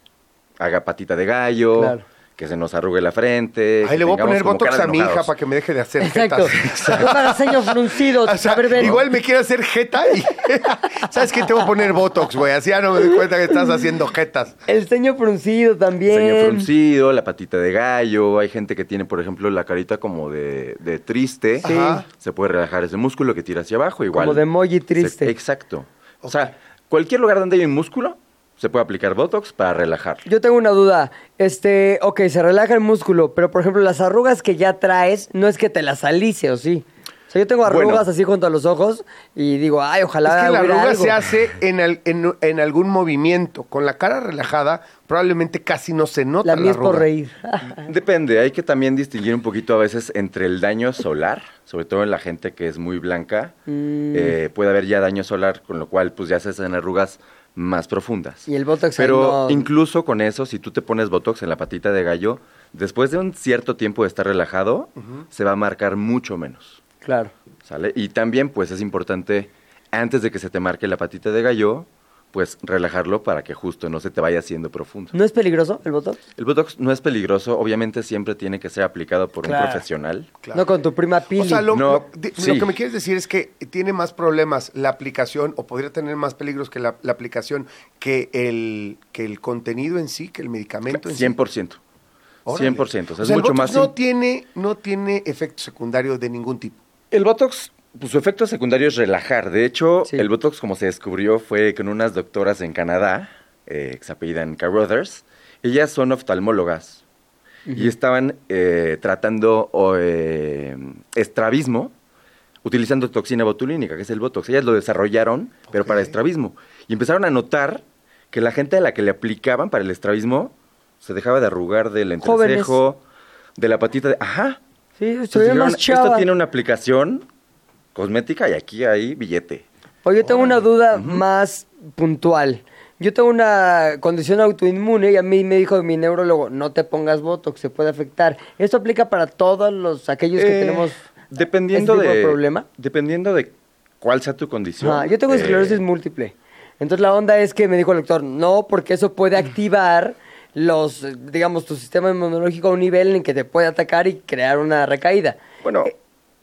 Speaker 7: haga patita de gallo,
Speaker 5: Claro.
Speaker 7: que se nos arrugue la frente.
Speaker 4: Ahí
Speaker 7: que
Speaker 4: le voy a
Speaker 7: tengamos
Speaker 4: poner
Speaker 7: como
Speaker 4: botox
Speaker 7: cara de
Speaker 4: a mi hija
Speaker 7: enojados.
Speaker 4: para que me deje de hacer
Speaker 5: Exacto.
Speaker 4: jetas.
Speaker 5: No para ceños fruncidos.
Speaker 4: O sea,
Speaker 5: a ver, ven.
Speaker 4: igual me quiere hacer jeta y. ¿Sabes qué? Te voy a poner botox, güey. Así ya no me doy cuenta que estás haciendo jetas.
Speaker 5: El ceño fruncido también.
Speaker 7: Ceño fruncido, la patita de gallo. Hay gente que tiene, por ejemplo, la carita como de, de triste.
Speaker 5: Sí.
Speaker 4: Ajá.
Speaker 7: Se puede relajar ese músculo que tira hacia abajo igual.
Speaker 5: Como de emoji
Speaker 7: se-
Speaker 5: triste.
Speaker 7: exacto. O sea, cualquier lugar donde hay un músculo, se puede aplicar botox para relajarlo.
Speaker 5: Yo tengo una duda. Este, ok, se relaja el músculo, pero por ejemplo, las arrugas que ya traes, no es que te las alice, ¿o sí? O sea, yo tengo arrugas
Speaker 7: Bueno.
Speaker 5: así junto a los ojos y digo, ay,
Speaker 4: Es
Speaker 5: ojalá
Speaker 4: que la
Speaker 5: hubiera
Speaker 4: arruga
Speaker 5: algo.
Speaker 4: se hace en, al- en- en algún movimiento. Con la cara relajada, probablemente casi no se nota.
Speaker 5: La
Speaker 4: La,
Speaker 5: mía es por
Speaker 4: arruga.
Speaker 5: reír.
Speaker 7: Depende, hay que también distinguir un poquito a veces entre el daño solar, sobre todo en la gente que es muy blanca,
Speaker 5: Mm.
Speaker 7: eh, puede haber ya daño solar, con lo cual pues ya se hacen arrugas más profundas.
Speaker 5: Y el botox ahí
Speaker 7: Pero
Speaker 5: no-
Speaker 7: incluso con eso, si tú te pones botox en la patita de gallo, después de un cierto tiempo de estar relajado, se va a marcar mucho menos,
Speaker 5: claro.
Speaker 7: ¿sale? Y también pues es importante, antes de que se te marque la patita de gallo, pues relajarlo para que justo no se te vaya haciendo profundo.
Speaker 5: ¿No es peligroso el botox?
Speaker 7: El Botox no es peligroso, obviamente siempre tiene que ser aplicado por
Speaker 5: Claro.
Speaker 7: un profesional.
Speaker 4: Claro.
Speaker 5: No con tu prima Pili.
Speaker 4: O sea, lo,
Speaker 7: No,
Speaker 4: lo- de-
Speaker 7: sí.
Speaker 4: lo que me quieres decir es que tiene más problemas la aplicación o podría tener más peligros que la, la aplicación que el, que el contenido en sí, que el medicamento en sí.
Speaker 7: 100%.
Speaker 4: Órale.
Speaker 7: 100%. O sea,
Speaker 4: O sea,
Speaker 7: es
Speaker 4: el
Speaker 7: mucho
Speaker 4: Botox
Speaker 7: más...
Speaker 4: No
Speaker 7: im-
Speaker 4: tiene, no tiene efecto secundario de ningún tipo.
Speaker 7: El Botox, pues, su efecto secundario es relajar. De hecho,
Speaker 5: Sí.
Speaker 7: el Botox, como se descubrió, fue con unas doctoras en Canadá, eh, que se apellidan Carruthers. Ellas son oftalmólogas y estaban eh, tratando o, eh, estrabismo utilizando toxina botulínica, que es el Botox. Ellas lo desarrollaron, pero para estrabismo. Y empezaron a notar que la gente a la que le aplicaban para el estrabismo se dejaba de arrugar del
Speaker 5: Jóvenes.
Speaker 7: entrecejo, de la patita de... Ajá.
Speaker 5: sí,
Speaker 4: pues
Speaker 5: se
Speaker 7: Entonces
Speaker 5: ve más
Speaker 7: dijeron, Esto
Speaker 5: chava.
Speaker 7: tiene una aplicación cosmética y aquí hay billete.
Speaker 5: Oye, yo tengo una duda más puntual. Yo tengo una condición autoinmune y a mí me dijo mi neurólogo, no te pongas botox, se puede afectar. ¿Esto aplica para todos los aquellos que
Speaker 7: Eh,
Speaker 5: tenemos
Speaker 7: Dependiendo
Speaker 5: ese tipo
Speaker 7: de,
Speaker 5: de problema?
Speaker 7: Dependiendo de cuál sea tu condición.
Speaker 5: Ajá, yo tengo
Speaker 7: eh,
Speaker 5: esclerosis múltiple. Entonces la onda es que me dijo el doctor, no, porque eso puede activar los, eh, digamos, tu sistema inmunológico a un nivel en que te puede atacar y crear una recaída.
Speaker 7: Bueno.
Speaker 5: Eh,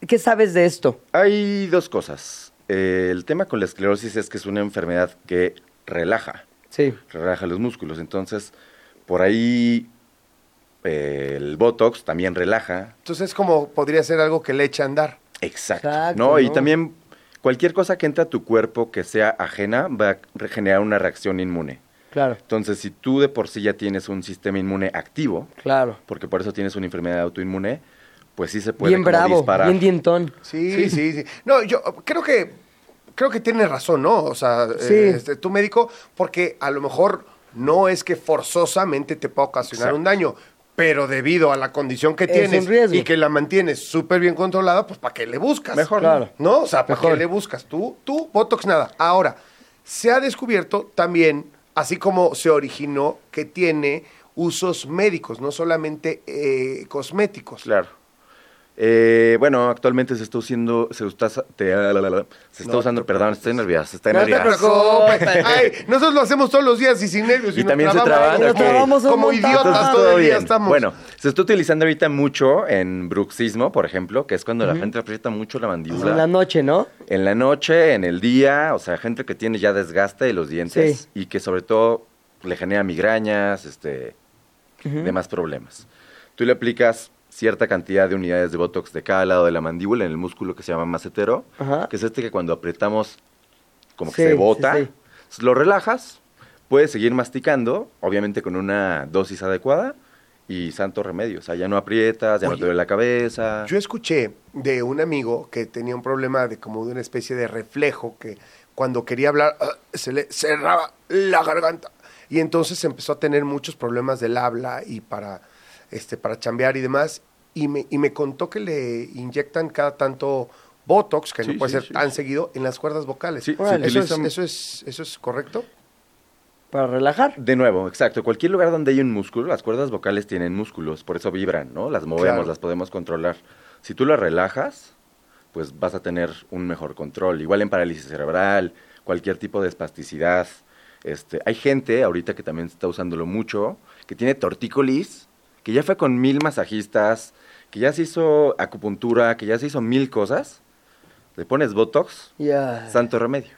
Speaker 5: ¿Qué sabes de esto?
Speaker 7: Hay dos cosas. Eh, el tema con la esclerosis es que es una enfermedad que relaja,
Speaker 5: Sí.
Speaker 7: relaja los músculos. Entonces, por ahí eh, el Botox también relaja.
Speaker 4: Entonces, como podría ser algo que le echa a andar.
Speaker 7: Exacto.
Speaker 5: Exacto,
Speaker 7: ¿no? Y
Speaker 5: ¿no?
Speaker 7: también cualquier cosa que entre a tu cuerpo que sea ajena va a re- generar una reacción inmune.
Speaker 5: Claro,
Speaker 7: Entonces, si tú de por sí ya tienes un sistema inmune activo,
Speaker 5: claro.
Speaker 7: porque por eso tienes una enfermedad autoinmune, pues sí se puede
Speaker 5: bien
Speaker 7: como
Speaker 5: bravo,
Speaker 7: disparar.
Speaker 5: bien dientón.
Speaker 4: Sí, sí, sí, No, yo creo que creo que tienes razón, ¿no? O sea,
Speaker 5: Sí.
Speaker 4: eh, este, tu médico, porque a lo mejor no es que forzosamente te pueda ocasionar
Speaker 7: Exacto.
Speaker 4: un daño, pero debido a la condición que
Speaker 5: Es
Speaker 4: tienes
Speaker 5: un riesgo.
Speaker 4: y que la mantienes súper bien controlada, pues ¿para qué le buscas?
Speaker 7: Mejor,
Speaker 5: Claro.
Speaker 4: ¿No? O sea, ¿para qué
Speaker 5: Mejor.
Speaker 4: le buscas? Tú, tú, Botox nada. Ahora, se ha descubierto también, así como se originó, que tiene usos médicos, no solamente eh, cosméticos.
Speaker 7: Claro. Eh, bueno, actualmente se está usando, se está, te- la, la, la, la, se está
Speaker 4: No
Speaker 7: usando,
Speaker 4: te
Speaker 7: perdón, estoy nervioso, estoy
Speaker 4: No te
Speaker 7: nervioso.
Speaker 4: preocupes. Ay, nosotros lo hacemos todos los días y sin nervios.
Speaker 7: Y
Speaker 4: nos
Speaker 7: también se
Speaker 4: trabamos.
Speaker 7: traban, ok. Nos
Speaker 5: trabamos un
Speaker 4: Como
Speaker 5: montón.
Speaker 4: idiotas
Speaker 7: Entonces,
Speaker 4: todo
Speaker 7: todo
Speaker 4: el día
Speaker 7: bien.
Speaker 4: estamos.
Speaker 7: Bueno, se está utilizando ahorita mucho en bruxismo, por ejemplo, que es cuando la gente aprieta mucho la mandíbula.
Speaker 5: Pues En la noche, ¿no?
Speaker 7: En la noche, en el día, o sea, gente que tiene ya desgaste de los dientes y que sobre todo le genera migrañas, este, demás problemas. Tú le aplicas cierta cantidad de unidades de botox de cada lado de la mandíbula en el músculo que se llama macetero,
Speaker 5: Ajá.
Speaker 7: que es este que cuando apretamos como que
Speaker 5: Sí,
Speaker 7: se
Speaker 5: sí,
Speaker 7: bota,
Speaker 5: sí.
Speaker 7: Entonces, lo relajas, puedes seguir masticando, obviamente con una dosis adecuada y santo remedio, o sea, ya no aprietas, ya no
Speaker 4: Oye,
Speaker 7: te duele la cabeza.
Speaker 4: Yo escuché de un amigo que tenía un problema de como de una especie de reflejo que cuando quería hablar ah, se le cerraba la garganta y entonces empezó a tener muchos problemas del habla y para este para chambear y demás y me, y me contó que le inyectan cada tanto botox que
Speaker 7: Sí,
Speaker 4: no puede
Speaker 7: sí,
Speaker 4: ser
Speaker 7: sí,
Speaker 4: tan
Speaker 7: sí.
Speaker 4: seguido en las cuerdas vocales.
Speaker 7: Sí, se
Speaker 4: Órale. eso, es,
Speaker 7: utilizan-
Speaker 4: eso es eso es correcto.
Speaker 5: Para relajar.
Speaker 7: De nuevo, exacto. Cualquier lugar donde hay un músculo, las cuerdas vocales tienen músculos, por eso vibran, ¿no? Las movemos,
Speaker 4: Claro.
Speaker 7: las podemos controlar. Si tú las relajas, pues vas a tener un mejor control. Igual en parálisis cerebral, cualquier tipo de espasticidad. Este, hay gente ahorita que también está usándolo mucho, que tiene tortícolis, que ya fue con mil masajistas, que ya se hizo acupuntura, que ya se hizo mil cosas. Le pones Botox,
Speaker 5: Ya.
Speaker 7: santo remedio.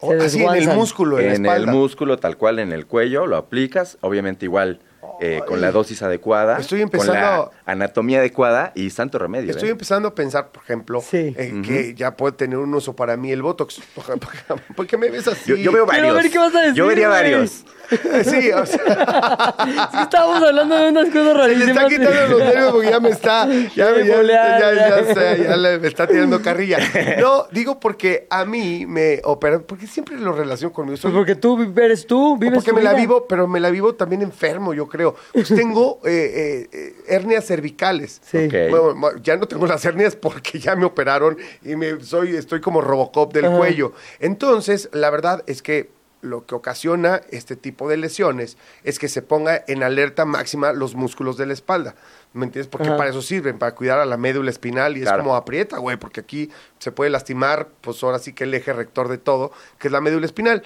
Speaker 4: O-
Speaker 5: Se
Speaker 4: así en el
Speaker 5: desguanzan.
Speaker 4: músculo, en,
Speaker 7: En
Speaker 4: la
Speaker 7: el
Speaker 4: espalda.
Speaker 7: músculo, tal cual, en el cuello, lo aplicas, obviamente igual eh, con la dosis adecuada,
Speaker 4: Estoy empezando-
Speaker 7: con la anatomía adecuada y santo remedio.
Speaker 4: Estoy
Speaker 7: ¿eh?
Speaker 4: empezando a pensar, por ejemplo,
Speaker 5: Sí.
Speaker 4: eh, que ya puede tener un uso para mí el Botox. ¿Por qué me ves así?
Speaker 7: yo, yo veo
Speaker 5: Quiero
Speaker 7: varios.
Speaker 5: ver qué vas a decir,
Speaker 7: yo vería
Speaker 5: güey.
Speaker 7: varios.
Speaker 4: Sí, o sea,
Speaker 5: Es que estábamos hablando de unas cosas
Speaker 4: se le
Speaker 5: rarísimas.
Speaker 4: está quitando los nervios porque ya me está, ya, me, ya,
Speaker 5: bolear,
Speaker 4: ya-
Speaker 5: ya.
Speaker 4: ya está- ya le- me está tirando carrilla. No, digo porque a mí me operan, porque siempre lo relaciono conmigo.
Speaker 5: Pues porque tú eres tú,
Speaker 4: O
Speaker 5: vives
Speaker 4: porque
Speaker 5: tu
Speaker 4: me la
Speaker 5: vida.
Speaker 4: vivo, pero me la vivo también enfermo, yo creo. Pues tengo eh, eh, eh, hernias cervicales.
Speaker 5: Sí.
Speaker 7: Ok.
Speaker 4: Bueno, ma- ya no tengo las hernias porque ya me operaron y me soy, estoy como Robocop del
Speaker 5: Ajá.
Speaker 4: cuello. Entonces, la verdad es que lo que ocasiona este tipo de lesiones es que se ponga en alerta máxima los músculos de la espalda. ¿Me entiendes? Porque
Speaker 5: Ajá.
Speaker 4: para eso sirven, para cuidar a la médula espinal y
Speaker 7: Claro.
Speaker 4: es como aprieta, güey, porque aquí se puede lastimar, pues ahora sí que el eje rector de todo, que es la médula espinal.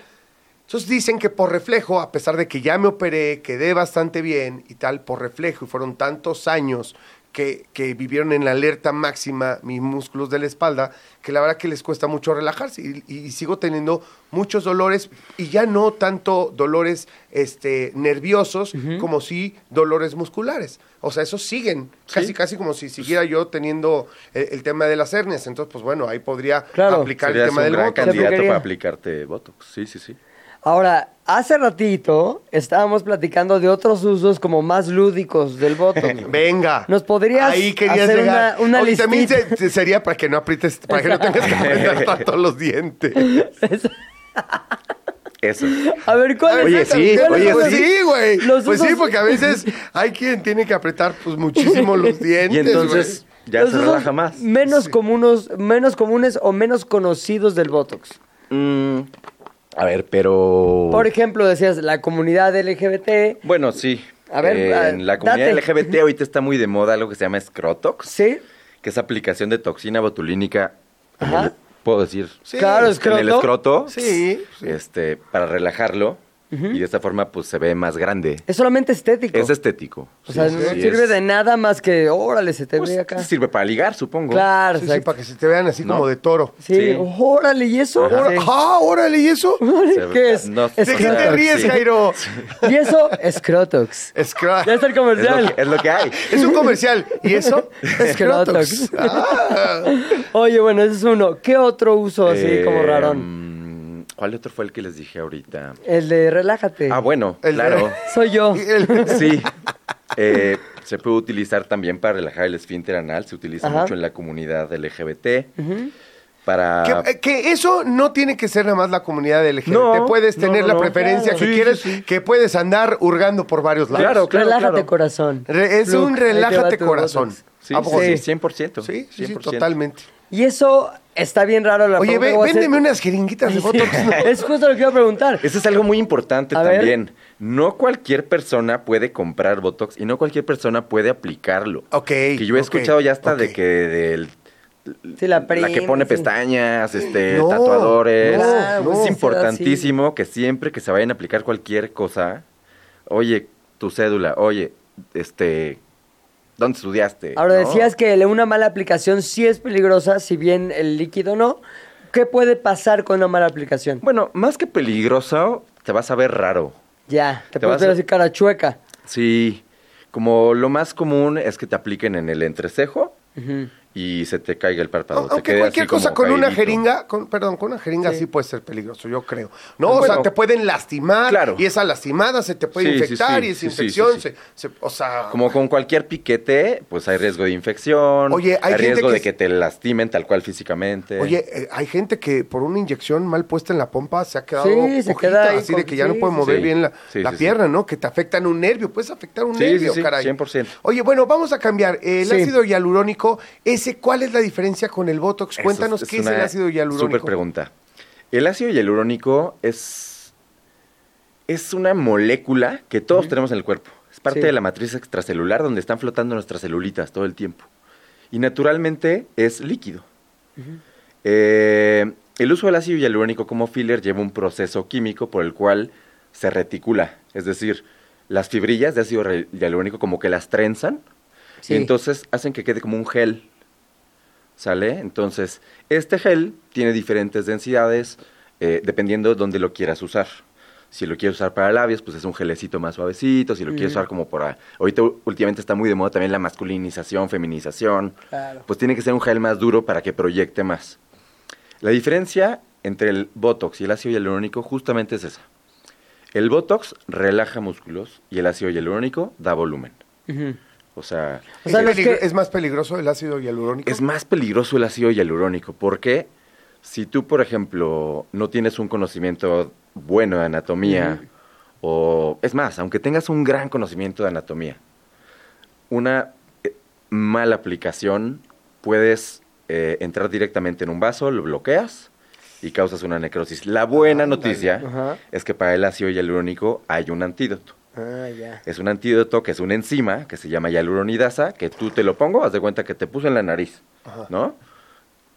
Speaker 4: Entonces dicen que por reflejo, a pesar de que ya me operé, quedé bastante bien y tal, por reflejo, y fueron tantos años que, que vivieron en la alerta máxima mis músculos de la espalda, que la verdad que les cuesta mucho relajarse y, y- y sigo teniendo muchos dolores y ya no tanto dolores este, nerviosos como sí dolores musculares. O sea, esos siguen, casi casi como si siguiera yo teniendo eh, el, el tema de las hernias. Entonces, pues bueno, ahí podría
Speaker 5: Claro.
Speaker 4: aplicar el
Speaker 7: Serías
Speaker 4: tema
Speaker 7: un
Speaker 4: del
Speaker 7: gran
Speaker 4: botox.
Speaker 5: Se
Speaker 7: candidato
Speaker 5: aplicaría.
Speaker 7: para aplicarte Botox. Sí, sí, sí.
Speaker 5: Ahora, hace ratito estábamos platicando de otros usos como más lúdicos del Botox.
Speaker 4: Venga.
Speaker 5: ¿Nos podrías
Speaker 4: Ahí querías
Speaker 5: hacer
Speaker 4: llegar.
Speaker 5: una, una
Speaker 4: Oye, también
Speaker 5: listita?
Speaker 4: se- se- sería para que no aprietes, para que no tengas que apretar tanto los dientes.
Speaker 7: Eso.
Speaker 5: A ver, ¿cuál es?
Speaker 7: Oye, sí,
Speaker 5: ¿Cuál es?
Speaker 7: oye,
Speaker 4: pues
Speaker 7: sí.
Speaker 4: sí, güey.
Speaker 5: Los
Speaker 4: Pues sí,
Speaker 5: usos-
Speaker 4: porque a veces hay quien tiene que apretar pues muchísimo los dientes.
Speaker 7: Y entonces ya
Speaker 5: los
Speaker 7: se
Speaker 5: usos
Speaker 7: relaja más.
Speaker 5: Menos, comunos, menos comunes o menos conocidos del Botox.
Speaker 7: Mm, a ver, pero...
Speaker 5: Por ejemplo, decías la comunidad LGBT.
Speaker 7: Bueno, sí.
Speaker 5: A ver,
Speaker 7: Eh,
Speaker 5: ah,
Speaker 7: en la comunidad
Speaker 5: date.
Speaker 7: LGBT ahorita está muy de moda algo que se llama Scrotox,
Speaker 5: ¿Sí?
Speaker 7: que es aplicación de toxina botulínica. en
Speaker 5: Ajá.
Speaker 7: el- Puedo decir,
Speaker 4: Sí.
Speaker 5: Claro,
Speaker 4: En
Speaker 5: es
Speaker 7: Este, en el escroto.
Speaker 4: Sí.
Speaker 7: Este, para relajarlo. Y de esta forma, pues se ve más grande.
Speaker 5: Es solamente estético.
Speaker 7: Es estético.
Speaker 5: o sea,
Speaker 7: Sí,
Speaker 5: no
Speaker 7: sí,
Speaker 5: sirve
Speaker 7: es-
Speaker 5: de nada más que, órale, se te
Speaker 7: pues,
Speaker 5: ve acá.
Speaker 7: Sirve para ligar, supongo.
Speaker 5: Claro,
Speaker 4: Sí, sí,
Speaker 5: exacto.
Speaker 4: para que se te vean así
Speaker 7: No.
Speaker 4: como de toro.
Speaker 5: Sí,
Speaker 7: Sí.
Speaker 5: órale, ¿y eso?
Speaker 7: Ajá.
Speaker 4: Ahora-
Speaker 5: Sí.
Speaker 4: Ah, órale, ¿y eso?
Speaker 7: Se-
Speaker 5: ¿Qué es?
Speaker 7: no-
Speaker 5: ¿De
Speaker 4: ¿De
Speaker 5: O
Speaker 4: qué
Speaker 5: sea,
Speaker 4: te ríes,
Speaker 7: sí.
Speaker 4: Jairo?
Speaker 5: Y eso, escrotox.
Speaker 4: Es, que-
Speaker 5: Ya está el
Speaker 7: Es lo,
Speaker 5: comercial.
Speaker 7: que, es lo que hay.
Speaker 4: es un comercial. ¿Y eso?
Speaker 5: Escrotox.
Speaker 4: Ah.
Speaker 5: Oye, bueno, ese es uno. ¿Qué otro uso así
Speaker 7: Eh,
Speaker 5: Oh, como rarón?
Speaker 7: mm, ¿Cuál otro fue el que les dije ahorita?
Speaker 5: El de relájate.
Speaker 7: Ah, bueno,
Speaker 4: El de-
Speaker 7: claro.
Speaker 5: Soy yo.
Speaker 7: Sí. Eh, se puede utilizar también para relajar el esfínter anal. Se utiliza
Speaker 5: Ajá.
Speaker 7: mucho en la comunidad LGBT. Para.
Speaker 4: Que, eh, que eso no tiene que ser nada más la comunidad LGBT.
Speaker 7: No,
Speaker 4: puedes
Speaker 7: no,
Speaker 4: tener
Speaker 7: no,
Speaker 4: la
Speaker 7: no.
Speaker 4: preferencia
Speaker 7: Claro.
Speaker 4: que
Speaker 7: Sí,
Speaker 4: quieres,
Speaker 7: sí, sí.
Speaker 4: que puedes andar hurgando por varios lados.
Speaker 7: Claro, claro,
Speaker 5: relájate,
Speaker 7: claro.
Speaker 5: corazón.
Speaker 4: Re- es
Speaker 5: Fluke,
Speaker 4: un
Speaker 5: ahí te va
Speaker 4: relájate
Speaker 5: tu
Speaker 4: corazón.
Speaker 5: botox.
Speaker 7: Sí,
Speaker 4: ¿A poco
Speaker 7: sí,
Speaker 4: sí?
Speaker 7: 100%.
Speaker 4: Sí, sí, sí,
Speaker 7: 100%.
Speaker 4: totalmente.
Speaker 5: Y eso está bien raro. La
Speaker 4: Oye,
Speaker 5: pregunta
Speaker 4: ve,
Speaker 5: que voy a hacer-
Speaker 4: véndeme unas jeringuitas de Botox.
Speaker 5: Sí, es justo lo que iba a preguntar.
Speaker 7: Eso es algo muy importante
Speaker 5: A ver.
Speaker 7: también. No cualquier persona puede comprar Botox y no cualquier persona puede aplicarlo.
Speaker 4: Ok,
Speaker 7: Que yo he
Speaker 4: ok,
Speaker 7: escuchado ya hasta
Speaker 4: ok.
Speaker 7: de que del-
Speaker 5: Sí, la
Speaker 7: que
Speaker 5: prima,
Speaker 7: pone
Speaker 5: sí.
Speaker 7: pestañas, este,
Speaker 4: No,
Speaker 7: tatuadores.
Speaker 5: no, no.
Speaker 7: es importantísimo que siempre que se vayan a aplicar cualquier cosa, oye, tu cédula, oye, este, ¿dónde estudiaste?
Speaker 5: Ahora
Speaker 7: Eh, ¿No?
Speaker 5: decías que le- una mala aplicación sí es peligrosa, si bien el líquido no. ¿Qué puede pasar con una mala aplicación?
Speaker 7: Bueno, más que peligroso, te vas a ver raro.
Speaker 5: Ya, te,
Speaker 7: Te
Speaker 5: puedes
Speaker 7: vas
Speaker 5: ver
Speaker 7: a-
Speaker 5: así cara chueca.
Speaker 7: Sí, como lo más común es que te apliquen en el entrecejo
Speaker 5: Ujú.
Speaker 7: y se te caiga el párpado. te
Speaker 4: Aunque
Speaker 7: quede
Speaker 4: cualquier
Speaker 7: así como
Speaker 4: cosa con una
Speaker 7: caídito.
Speaker 4: jeringa, con- perdón, con una jeringa sí. puede ser peligroso, yo creo. No,
Speaker 5: Pues
Speaker 4: o sea,
Speaker 7: Bueno.
Speaker 4: te pueden lastimar
Speaker 7: Claro.
Speaker 4: y esa lastimada se te puede
Speaker 7: Sí, sí,
Speaker 4: infectar
Speaker 7: sí,
Speaker 4: y esa
Speaker 7: sí, sí, sí,
Speaker 4: infección,
Speaker 7: sí.
Speaker 4: se- se- o sea,
Speaker 7: Como con cualquier piquete, pues hay riesgo de infección,
Speaker 4: Oye, hay
Speaker 7: hay,
Speaker 4: gente
Speaker 7: riesgo
Speaker 4: que
Speaker 7: de
Speaker 4: es-
Speaker 7: que te lastimen tal cual físicamente.
Speaker 4: Oye, eh, hay gente que por una inyección mal puesta en la pompa se ha quedado
Speaker 5: Sí, se
Speaker 4: cojita,
Speaker 5: queda ahí
Speaker 4: así de que ya
Speaker 5: con-
Speaker 4: no puede
Speaker 5: sí,
Speaker 4: mover
Speaker 7: sí.
Speaker 4: bien la,
Speaker 7: Sí,
Speaker 4: la
Speaker 7: sí, sí.
Speaker 4: pierna, ¿no? Que te afectan un nervio, puedes afectar un
Speaker 7: Sí, sí,
Speaker 4: nervio,
Speaker 7: sí,
Speaker 4: caray.
Speaker 7: 100%.
Speaker 4: Oye, bueno, vamos a cambiar. El
Speaker 5: Sí.
Speaker 4: ácido hialurónico, ese, ¿cuál es la diferencia con el Botox?
Speaker 7: Eso
Speaker 4: Cuéntanos qué es el
Speaker 7: una
Speaker 4: ácido hialurónico.
Speaker 7: Súper pregunta. El ácido hialurónico es, es una molécula que todos tenemos en el cuerpo. Es parte
Speaker 5: Sí.
Speaker 7: de la matriz extracelular donde están flotando nuestras celulitas todo el tiempo. Y naturalmente es líquido. Eh, el uso del ácido hialurónico como filler lleva un proceso químico por el cual se reticula. Es decir, las fibrillas de ácido re- hialurónico como que las trenzan
Speaker 5: Sí.
Speaker 7: y entonces hacen que quede como un gel. ¿Sale? Entonces, este gel tiene diferentes densidades eh, dependiendo de dónde lo quieras usar. Si lo quieres usar para labios, pues es un gelecito más suavecito. Si lo
Speaker 5: Mm.
Speaker 7: quieres usar como para... Ahorita u- últimamente está muy de moda también la masculinización, feminización.
Speaker 5: Claro.
Speaker 7: Pues tiene que ser un gel más duro para que proyecte más. La diferencia entre el Botox y el ácido hialurónico justamente es esa. El Botox relaja músculos y el ácido hialurónico da volumen.
Speaker 5: Ujú.
Speaker 7: O sea,
Speaker 5: O sea,
Speaker 4: ¿Es,
Speaker 5: los
Speaker 4: peligro-
Speaker 5: que-
Speaker 4: es más peligroso el ácido hialurónico?
Speaker 7: es más peligroso el ácido hialurónico porque si tú, por ejemplo, no tienes un conocimiento bueno de anatomía o es más, aunque tengas un gran conocimiento de anatomía, una eh, mala aplicación puedes eh, entrar directamente en un vaso, lo bloqueas y causas una necrosis. La buena noticia
Speaker 5: Ah, Ajá.
Speaker 7: es que para el ácido hialurónico hay un antídoto.
Speaker 5: Ah, ya.
Speaker 7: Es un antídoto que es una enzima que se llama hialuronidasa, que tú te lo pongo, haz de cuenta que te puso en la nariz, ¿no?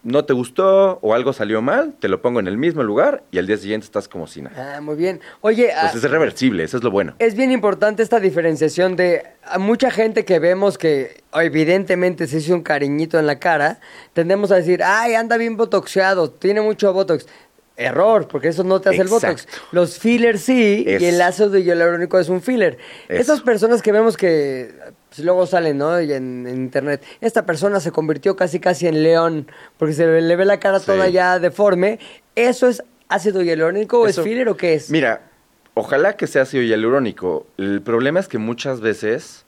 Speaker 7: No te gustó o algo salió mal, te lo pongo en el mismo lugar y al día siguiente estás como si nada.
Speaker 5: Ah, muy bien. Oye, ah,
Speaker 7: Entonces es reversible, eso es lo bueno.
Speaker 5: Es bien importante esta diferenciación de a mucha gente que vemos que evidentemente se hizo un cariñito en la cara, tendemos a decir, ay, anda bien botoxeado, tiene mucho botox. Error, porque eso no te hace el botox.
Speaker 7: Exacto.
Speaker 5: Los fillers sí,
Speaker 7: Eso.
Speaker 5: y el ácido hialurónico es un filler.
Speaker 7: Eso.
Speaker 5: Esas personas que vemos que pues, luego salen, ¿no? Y en, en internet, esta persona se convirtió casi casi en león, porque se le ve la cara
Speaker 7: Sí.
Speaker 5: toda ya deforme. ¿Eso es ácido hialurónico o es
Speaker 7: Eso-
Speaker 5: filler o qué es?
Speaker 7: Mira, ojalá que sea ácido hialurónico. El problema es que muchas veces,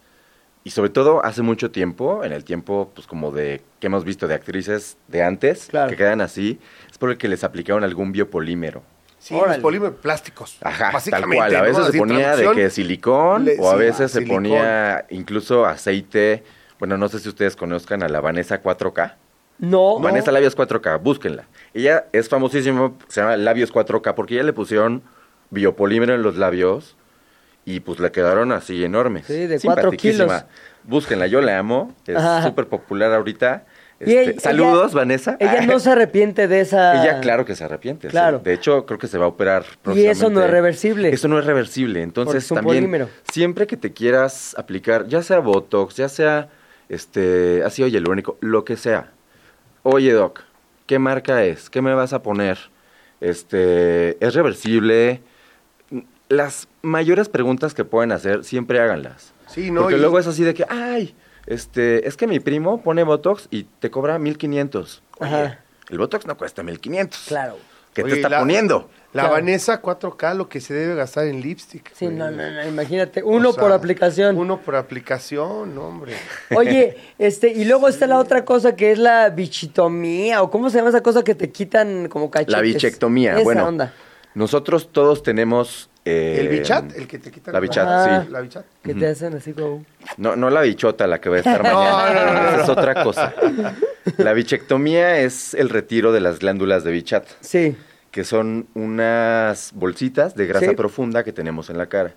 Speaker 7: y sobre todo hace mucho tiempo, en el tiempo pues como de que hemos visto de actrices de antes,
Speaker 5: Claro.
Speaker 7: que quedan así, es porque les aplicaron algún biopolímero.
Speaker 4: Sí,
Speaker 5: Órale.
Speaker 4: los polímeros plásticos.
Speaker 7: Ajá, tal
Speaker 4: básicamente,
Speaker 7: cual. A
Speaker 4: ¿no?
Speaker 7: veces se
Speaker 4: Así,
Speaker 7: ponía de
Speaker 4: traducción.
Speaker 7: que silicón
Speaker 4: Le-
Speaker 7: o a
Speaker 4: sí,
Speaker 7: veces se
Speaker 4: silicón.
Speaker 7: ponía incluso aceite. Bueno, no sé si ustedes conozcan a la Vanessa 4K.
Speaker 5: No.
Speaker 7: Vanessa Labios 4K, búsquenla. Ella es famosísima, se llama Labios 4K, porque ella le pusieron biopolímero en los labios y pues le quedaron así enormes.
Speaker 5: Sí, de cuatro
Speaker 7: Simpaticísima.
Speaker 5: kilos.
Speaker 7: Búsquenla, yo la amo, es
Speaker 5: Ajá.
Speaker 7: súper popular ahorita.
Speaker 5: Y
Speaker 7: Este,
Speaker 5: ella-
Speaker 7: saludos,
Speaker 5: ella-
Speaker 7: Vanessa.
Speaker 5: Ella no se arrepiente de esa.
Speaker 7: Ella claro que se arrepiente. sí.
Speaker 5: Claro.
Speaker 7: De hecho, creo que se va a operar
Speaker 5: Y eso no
Speaker 7: próximamente.
Speaker 5: es reversible.
Speaker 7: Eso no es reversible. Entonces
Speaker 5: es un
Speaker 7: también
Speaker 5: polímero.
Speaker 7: siempre que te quieras aplicar, ya sea Botox, ya sea este ácido hialurónico, lo que sea. Oye, doc, ¿qué marca es? ¿Qué me vas a poner? Este, ¿es reversible? Las mayores preguntas que pueden hacer, siempre háganlas.
Speaker 4: Sí, no,
Speaker 7: Porque
Speaker 4: y-
Speaker 7: luego es así de que, ay, este, es que mi primo pone Botox y te cobra 1500. Oye,
Speaker 5: Ajá.
Speaker 7: el Botox no cuesta 1500.
Speaker 5: Claro.
Speaker 7: ¿Qué
Speaker 4: Oye,
Speaker 7: te está
Speaker 4: la-
Speaker 7: poniendo?
Speaker 4: La
Speaker 5: Claro.
Speaker 4: Vanessa 4K, lo que se debe gastar en lipstick.
Speaker 5: Sí,
Speaker 4: güey.
Speaker 5: no, no, no, imagínate.
Speaker 4: O
Speaker 5: Uno
Speaker 4: sea,
Speaker 5: por aplicación.
Speaker 4: Uno por aplicación, no, hombre.
Speaker 5: Oye, este, y luego está la otra cosa que es la bichitomía, o cómo se llama esa cosa que te quitan como cachetes.
Speaker 7: La bichectomía.
Speaker 5: Esa
Speaker 7: bueno,
Speaker 5: onda.
Speaker 7: nosotros todos tenemos. eh,
Speaker 4: el bichat, el que te quita
Speaker 7: La bichat,
Speaker 5: Ah.
Speaker 7: sí.
Speaker 4: La bichat.
Speaker 5: Que te hacen así como.
Speaker 7: No, no la bichota, la que va a estar
Speaker 4: No,
Speaker 7: mañana.
Speaker 4: no, no, no,
Speaker 7: Esa es
Speaker 4: no.
Speaker 7: otra cosa. La bichectomía es el retiro de las glándulas de Bichat,
Speaker 5: Sí.
Speaker 7: que son unas bolsitas de grasa
Speaker 5: Sí.
Speaker 7: profunda que tenemos en la cara.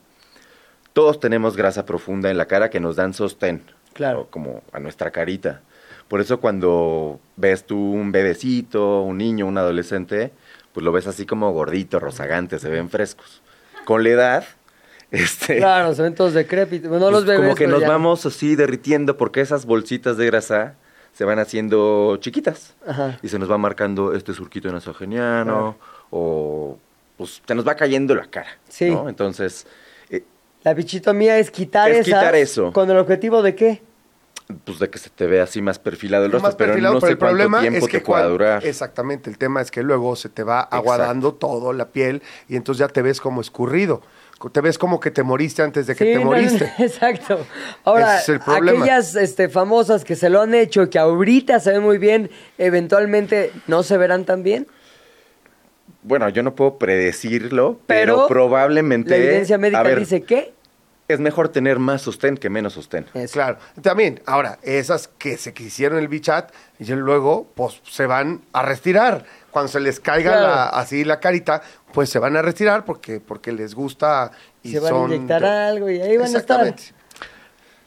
Speaker 7: Todos tenemos grasa profunda en la cara que nos dan sostén.
Speaker 5: Claro.
Speaker 7: ¿no? Como a nuestra carita. Por eso cuando ves tú un bebecito, un niño, un adolescente, pues lo ves así como gordito, rozagante, se ven frescos. Con la edad, este,
Speaker 5: Claro, se ven todos decrépitos. Bueno, no
Speaker 7: pues
Speaker 5: los bebés.
Speaker 7: como que
Speaker 5: pero
Speaker 7: nos
Speaker 5: ya.
Speaker 7: vamos así derritiendo porque esas bolsitas de grasa se van haciendo chiquitas
Speaker 5: Ajá.
Speaker 7: y se nos va marcando este surquito nasogeniano o pues se nos va cayendo la cara.
Speaker 5: Sí.
Speaker 7: ¿no? Entonces, eh,
Speaker 5: La bichitomía es quitar
Speaker 7: Es
Speaker 5: esas
Speaker 7: quitar eso.
Speaker 5: ¿Con el objetivo de qué?
Speaker 7: pues de que se te ve así más perfilado el rostro,
Speaker 4: Más
Speaker 7: pero
Speaker 4: perfilado,
Speaker 7: no
Speaker 4: pero
Speaker 7: sé
Speaker 4: el problema
Speaker 7: cuánto tiempo
Speaker 4: es que
Speaker 7: te pueda
Speaker 4: cuando-
Speaker 7: durar.
Speaker 4: Exactamente, el tema es que luego se te va aguadando todo la piel y entonces ya te ves como escurrido. Te ves como que te moriste antes de que te
Speaker 5: no,
Speaker 4: moriste.
Speaker 5: exacto. Ahora,
Speaker 4: Ese es el problema.
Speaker 5: aquellas este, famosas que se lo han hecho, que ahorita se ven muy bien, eventualmente no se verán tan bien.
Speaker 7: Bueno, yo no puedo predecirlo,
Speaker 5: Pero
Speaker 7: pero, probablemente.
Speaker 5: La evidencia médica
Speaker 7: a ver,
Speaker 5: dice que
Speaker 7: Es mejor tener más sostén que menos sostén.
Speaker 5: Eso.
Speaker 4: Claro. También, ahora, esas que se quisieron el bichat y luego pues se van a retirar. Cuando se les caiga
Speaker 5: Claro.
Speaker 4: la- así la carita, pues se van a retirar porque, porque les gusta y
Speaker 5: se van
Speaker 4: son
Speaker 5: a inyectar
Speaker 4: de-
Speaker 5: algo y ahí van a estar.
Speaker 4: Exactamente.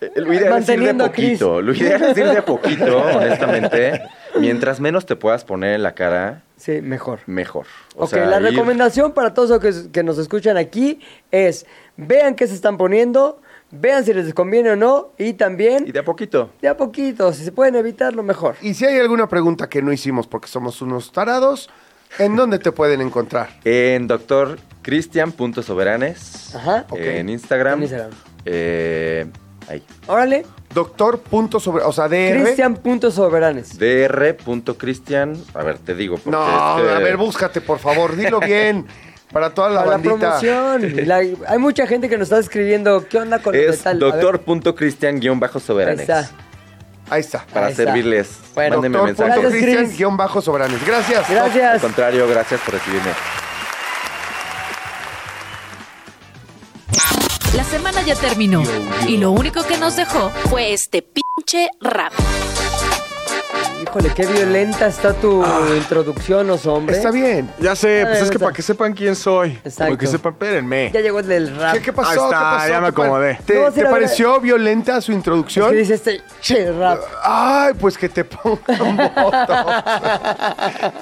Speaker 7: Eh, Lo ideal es ir de
Speaker 5: Manteniendo a Chris.
Speaker 7: poquito. Lo ideal es ir de poquito, honestamente. Mientras menos te puedas poner en la cara,
Speaker 5: Sí, mejor.
Speaker 7: mejor. O
Speaker 5: Ok,
Speaker 7: sea,
Speaker 5: la
Speaker 7: ir-
Speaker 5: recomendación para todos los que, que nos escuchan aquí es vean qué se están poniendo, vean si les conviene o no y también
Speaker 7: Y de a poquito.
Speaker 5: de a poquito, si se pueden evitar, lo mejor.
Speaker 4: Y si hay alguna pregunta que no hicimos porque somos unos tarados, ¿en dónde te pueden encontrar?
Speaker 7: En doctorcristian.soberanes.
Speaker 5: Ajá, ok.
Speaker 7: En Instagram.
Speaker 5: En Instagram.
Speaker 7: Eh, ahí.
Speaker 5: Órale,
Speaker 4: Doctor punto sobre, o sea, DR.
Speaker 5: Cristian.soberanes.
Speaker 7: Dr.cristian. A ver, te digo. Porque este
Speaker 4: No,
Speaker 7: es
Speaker 8: Este-
Speaker 7: que-
Speaker 4: a ver, búscate, por favor, dilo bien. Para toda la
Speaker 5: Para la
Speaker 4: bandita.
Speaker 5: promoción. La- hay mucha gente que nos está escribiendo, ¿qué onda con lo de
Speaker 7: Es
Speaker 5: tal? A ver, ahí
Speaker 7: doctor.cristian-soberanes.
Speaker 5: está.
Speaker 4: Ahí está.
Speaker 7: Para
Speaker 5: Ahí está.
Speaker 7: servirles.
Speaker 5: Bueno.
Speaker 7: Mándenme
Speaker 4: Doctor
Speaker 7: mensajes.
Speaker 4: punto
Speaker 5: Gracias, Cris.
Speaker 4: Cristian guión bajo soberanes. Gracias.
Speaker 7: Al
Speaker 5: Gracias.
Speaker 7: contrario, gracias por recibirme.
Speaker 1: La semana ya terminó y lo único que nos dejó fue este pinche rap.
Speaker 5: Híjole, qué violenta está tu introducción, os hombre.
Speaker 4: Ah. Está bien.
Speaker 8: Ya sé,
Speaker 5: Está bien,
Speaker 8: pues es que
Speaker 5: está-
Speaker 8: para que sepan quién soy.
Speaker 5: Exacto.
Speaker 8: Para que sepan, espérenme.
Speaker 5: Ya llegó el del rap.
Speaker 4: ¿Qué, qué pasó?
Speaker 8: Ah, Ahí está,
Speaker 4: ¿Qué pasó?
Speaker 8: ya me
Speaker 4: ¿Te pare-
Speaker 8: acomodé.
Speaker 4: ¿Te,
Speaker 5: Vamos a
Speaker 4: te
Speaker 5: ir a ver-
Speaker 4: pareció violenta su
Speaker 5: Es
Speaker 4: introducción?
Speaker 5: que dice este che rap.
Speaker 4: Ay, pues que te pongan botox.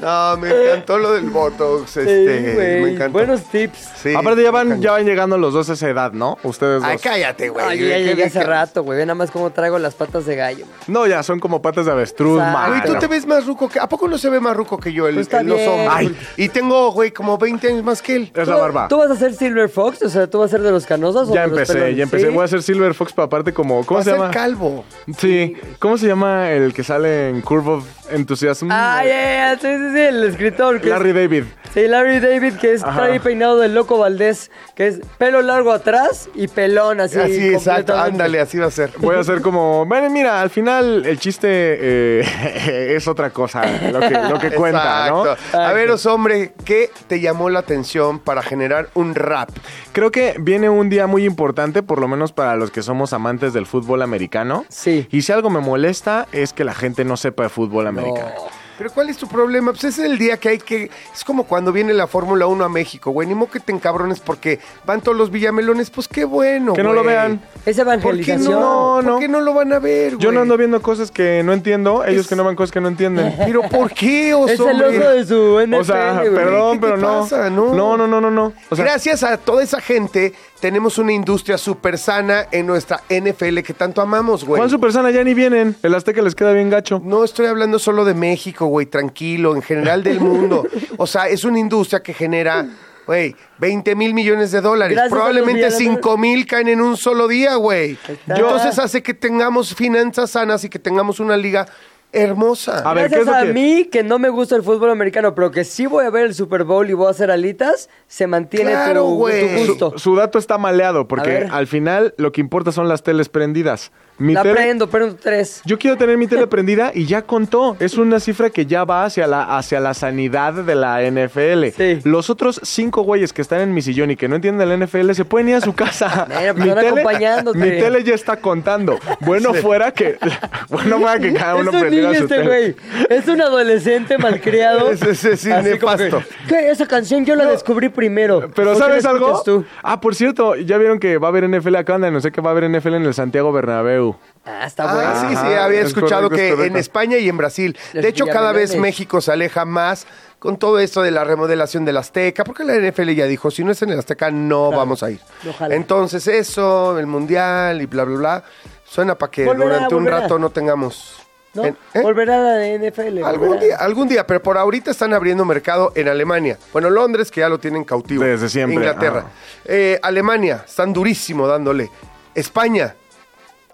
Speaker 4: no, me encantó lo del botox. Este,
Speaker 5: Ey, güey,
Speaker 4: me encantó.
Speaker 5: Buenos tips.
Speaker 4: Sí,
Speaker 8: Aparte, ya van,
Speaker 4: cañón.
Speaker 8: ya van llegando los dos a esa edad, ¿no? Ustedes dos.
Speaker 4: Ay, cállate, güey.
Speaker 5: Ay, yo ya
Speaker 4: ¿Qué-
Speaker 5: llegué
Speaker 4: qué-
Speaker 5: hace
Speaker 4: qué-
Speaker 5: rato, güey. Ve nada más cómo traigo las patas de gallo. man.
Speaker 8: No, ya son como patas de avestruz,
Speaker 5: Exacto.
Speaker 8: man.
Speaker 4: Güey, tú te ves más ruco que... ¿A poco no se ve más ruco que yo el,
Speaker 5: Pues está
Speaker 4: el oso?
Speaker 5: bien.
Speaker 4: Ay. Y tengo, güey, como 20 años más que él.
Speaker 8: Es la
Speaker 5: ¿Tú-
Speaker 8: barba.
Speaker 5: ¿Tú vas a ser Silver Fox? O sea, ¿tú vas a ser de los canosos o
Speaker 8: Ya
Speaker 5: de los
Speaker 8: empecé,
Speaker 5: pelones?
Speaker 8: ya empecé.
Speaker 5: ¿Sí?
Speaker 8: Voy a hacer Silver Fox, pero aparte como... ¿Cómo
Speaker 4: Va a
Speaker 8: se
Speaker 4: ser
Speaker 8: llama?
Speaker 4: calvo.
Speaker 8: Sí. ¿Cómo se llama el que sale en Curve of Enthusiasm?
Speaker 5: Ah, ya, ya, sí, sí, sí, el escritor. Que es-
Speaker 8: Larry David.
Speaker 5: sí, Larry David, que es
Speaker 8: Ajá.
Speaker 5: trae peinado del loco Valdés, que es pelo largo atrás y pelón así.
Speaker 4: así, exacto.
Speaker 5: completamente.
Speaker 4: Ándale, así va a ser.
Speaker 8: Voy a hacer como... Bueno, mira, al final el chiste eh, es otra cosa, lo que, lo que cuenta, ¿no?
Speaker 4: Exacto. A ver, os hombre, ¿qué te llamó la atención para generar un rap?
Speaker 8: Creo que viene un día muy importante, por lo menos para los que somos amantes del fútbol americano.
Speaker 5: Sí.
Speaker 8: Y si algo me molesta es que la gente no sepa de fútbol americano.
Speaker 4: Pero ¿cuál es tu problema? Pues ese es el día que hay que... Es como cuando viene la Fórmula 1 a México, güey. Ni modo que te encabrones porque van todos los villamelones. Pues qué bueno,
Speaker 8: Que no lo
Speaker 4: güey.
Speaker 8: vean.
Speaker 5: Es
Speaker 4: ¿Por qué
Speaker 5: evangelización.
Speaker 4: no?
Speaker 8: No, no.
Speaker 4: ¿Por qué no lo van a ver, güey?
Speaker 8: Yo no ando viendo cosas que no entiendo, ellos que no ven cosas que no entienden.
Speaker 4: ¿Pero por qué, oh, os
Speaker 5: Es el
Speaker 4: hombre?
Speaker 5: oso de su NFL,
Speaker 8: O sea,
Speaker 5: güey.
Speaker 8: perdón,
Speaker 4: ¿Qué te
Speaker 8: pero no.
Speaker 4: pasa? No.
Speaker 8: no. No, no, no, no. O sea,
Speaker 4: Gracias a toda esa gente, tenemos una industria súper sana en nuestra NFL que tanto amamos, güey.
Speaker 8: Juan Supersana ya ni vienen. El Azteca les queda bien gacho.
Speaker 4: No estoy hablando solo de México, güey, tranquilo, en general del mundo. O sea, es una industria que genera, güey, 20 mil millones de dólares.
Speaker 5: Gracias a los
Speaker 4: Probablemente
Speaker 5: millones.
Speaker 4: 5 mil caen en un solo día, güey.
Speaker 5: está.
Speaker 4: Entonces hace que tengamos finanzas sanas y que tengamos una liga hermosa.
Speaker 8: A ver, ¿qué
Speaker 5: Gracias
Speaker 8: es lo
Speaker 5: a
Speaker 8: que-
Speaker 5: mí, que no me gusta el fútbol americano, pero que sí voy a ver el Super Bowl y voy a hacer alitas, se mantiene tu-
Speaker 4: Claro,
Speaker 5: tu,
Speaker 4: güey.
Speaker 5: gusto.
Speaker 8: Su dato está maleado
Speaker 5: A
Speaker 8: porque
Speaker 5: ver.
Speaker 8: al final lo que importa son las teles prendidas. Mi
Speaker 5: la
Speaker 8: tele-
Speaker 5: prendo, prendo tres.
Speaker 8: Yo quiero tener mi tele prendida y ya contó. Es una cifra que ya va hacia la, hacia la sanidad de la NFL.
Speaker 5: Sí.
Speaker 8: Los otros cinco güeyes que están en mi sillón y que no entienden la NFL se pueden ir a su casa.
Speaker 5: Bueno, pues van acompañándote.
Speaker 8: mi tele ya está contando. Bueno fuera que bueno fuera que cada uno
Speaker 5: es un niño
Speaker 8: prendiera su
Speaker 5: este
Speaker 8: tele.
Speaker 5: güey. Es un adolescente malcriado.
Speaker 4: Es- es- es
Speaker 5: Así como que,
Speaker 4: nefasto.
Speaker 5: ¿Qué? Esa canción yo la descubrí primero.
Speaker 8: Pero
Speaker 5: ¿Por qué
Speaker 8: ¿sabes
Speaker 5: la
Speaker 8: algo?
Speaker 5: escuchas tú?
Speaker 8: Ah, por cierto, ya vieron que va a haber NFL acá, anda, no sé qué va a haber NFL en el Santiago Bernabéu.
Speaker 5: Ah, está bueno.
Speaker 4: Ah, sí, sí,
Speaker 8: Ajá,
Speaker 4: había
Speaker 8: es
Speaker 4: escuchado
Speaker 8: correcto,
Speaker 4: que
Speaker 8: es correcto.
Speaker 4: en España y en Brasil.
Speaker 5: Los
Speaker 4: de hecho, cada vez
Speaker 5: villamellones.
Speaker 4: México se aleja más con todo esto de la remodelación del Azteca, porque la NFL ya dijo, si no es en el Azteca, no vamos a ir.
Speaker 5: Ojalá.
Speaker 4: Entonces, eso, el Mundial y bla, bla, bla, suena para que
Speaker 5: Volverá,
Speaker 4: durante un
Speaker 5: volverá.
Speaker 4: rato no tengamos...
Speaker 5: ¿No?
Speaker 4: en- ¿eh?
Speaker 5: Volverá a la de NFL.
Speaker 4: Algún
Speaker 5: volverá.
Speaker 4: día, algún día, pero por ahorita están abriendo mercado en Alemania. Bueno, Londres, que ya lo tienen cautivo.
Speaker 8: Desde siempre,
Speaker 4: Inglaterra.
Speaker 8: ah.
Speaker 4: Eh, Alemania, están durísimo dándole. España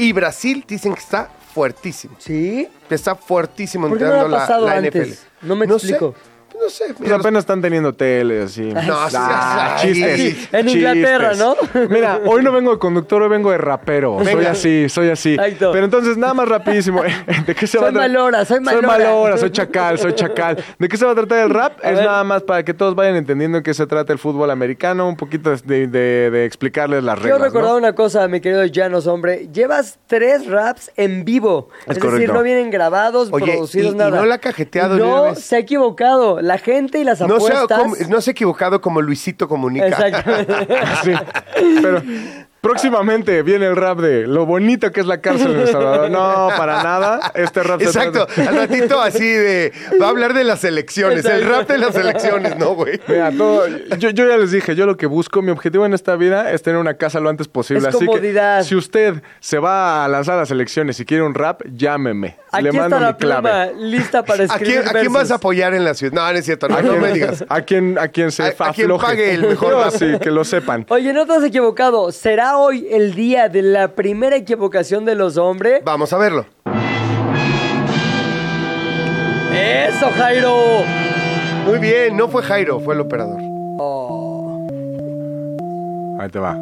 Speaker 4: y Brasil dicen que está fuertísimo.
Speaker 5: ¿Sí?
Speaker 4: Que está fuertísimo
Speaker 5: ¿Por qué no
Speaker 4: entrando
Speaker 5: ha pasado
Speaker 4: la, la
Speaker 5: antes?
Speaker 4: NFL.
Speaker 5: No me explico.
Speaker 4: Sé, no sé.
Speaker 8: Pues
Speaker 4: mira,
Speaker 8: apenas están teniendo tele, así.
Speaker 4: No, sí, sí, sí.
Speaker 8: Ah, chistes.
Speaker 4: Sí,
Speaker 5: en Inglaterra, ¿no?
Speaker 8: Mira, hoy no vengo de conductor, hoy vengo de rapero. Soy
Speaker 4: Venga.
Speaker 8: así, soy así.
Speaker 5: Exacto.
Speaker 8: Pero entonces, nada más rapidísimo. eh, ¿De qué se
Speaker 5: Soy
Speaker 8: va a tratar?
Speaker 5: malora, soy malora.
Speaker 8: Soy malora, soy chacal, soy chacal. ¿De qué se va a tratar el rap? es
Speaker 5: ver.
Speaker 8: nada más para que todos vayan entendiendo qué se trata el fútbol americano, un poquito de, de- de explicarles las
Speaker 5: Quiero
Speaker 8: reglas.
Speaker 5: recordar
Speaker 8: ¿no?
Speaker 5: una cosa, mi querido Llanos, hombre. Llevas tres raps en vivo.
Speaker 8: Es
Speaker 5: Es, decir,
Speaker 8: correcto.
Speaker 5: no vienen grabados,
Speaker 4: Oye,
Speaker 5: producidos,
Speaker 4: y- y
Speaker 5: nada.
Speaker 4: no la ha cajeteado ni una
Speaker 5: No,
Speaker 4: vez.
Speaker 5: se ha equivocado. La gente y las
Speaker 4: no se, ha,
Speaker 5: apuestas...
Speaker 4: com- no se ha equivocado como Luisito comunica.
Speaker 5: Exactamente.
Speaker 8: Sí, pero próximamente viene el rap de lo bonito que es la cárcel en El Salvador. No, para nada. Este rap se
Speaker 4: Exacto,
Speaker 8: trata-
Speaker 4: al ratito así de. Va a hablar de las elecciones, el rap de las elecciones, ¿no, güey?
Speaker 8: Mira, todo- yo, yo ya les dije, yo lo que busco, mi objetivo en esta vida es tener una casa lo antes posible.
Speaker 5: Es
Speaker 8: así
Speaker 5: comodidad.
Speaker 8: que si usted se va a lanzar a las elecciones y quiere un rap, llámeme.
Speaker 5: Aquí
Speaker 8: Le mando
Speaker 5: está la
Speaker 8: mi clave.
Speaker 5: pluma lista para
Speaker 4: ¿A
Speaker 5: escribir
Speaker 4: quién, ¿A quién vas a
Speaker 5: versos.
Speaker 4: apoyar en la ciudad? No, no es cierto, no,
Speaker 8: A
Speaker 4: Ah, no
Speaker 8: quien-
Speaker 4: me digas.
Speaker 8: A quien, a quien se
Speaker 4: A- a quien
Speaker 8: afloje.
Speaker 4: pague el mejor
Speaker 8: Yo
Speaker 4: rap.
Speaker 8: sí, que lo sepan.
Speaker 5: Oye, no te has equivocado. ¿Será hoy el día de la primera equivocación de los hombres?
Speaker 4: Vamos a verlo.
Speaker 5: ¡Eso, Jairo!
Speaker 4: Muy bien, no fue Jairo, fue el operador.
Speaker 8: Ahí te va.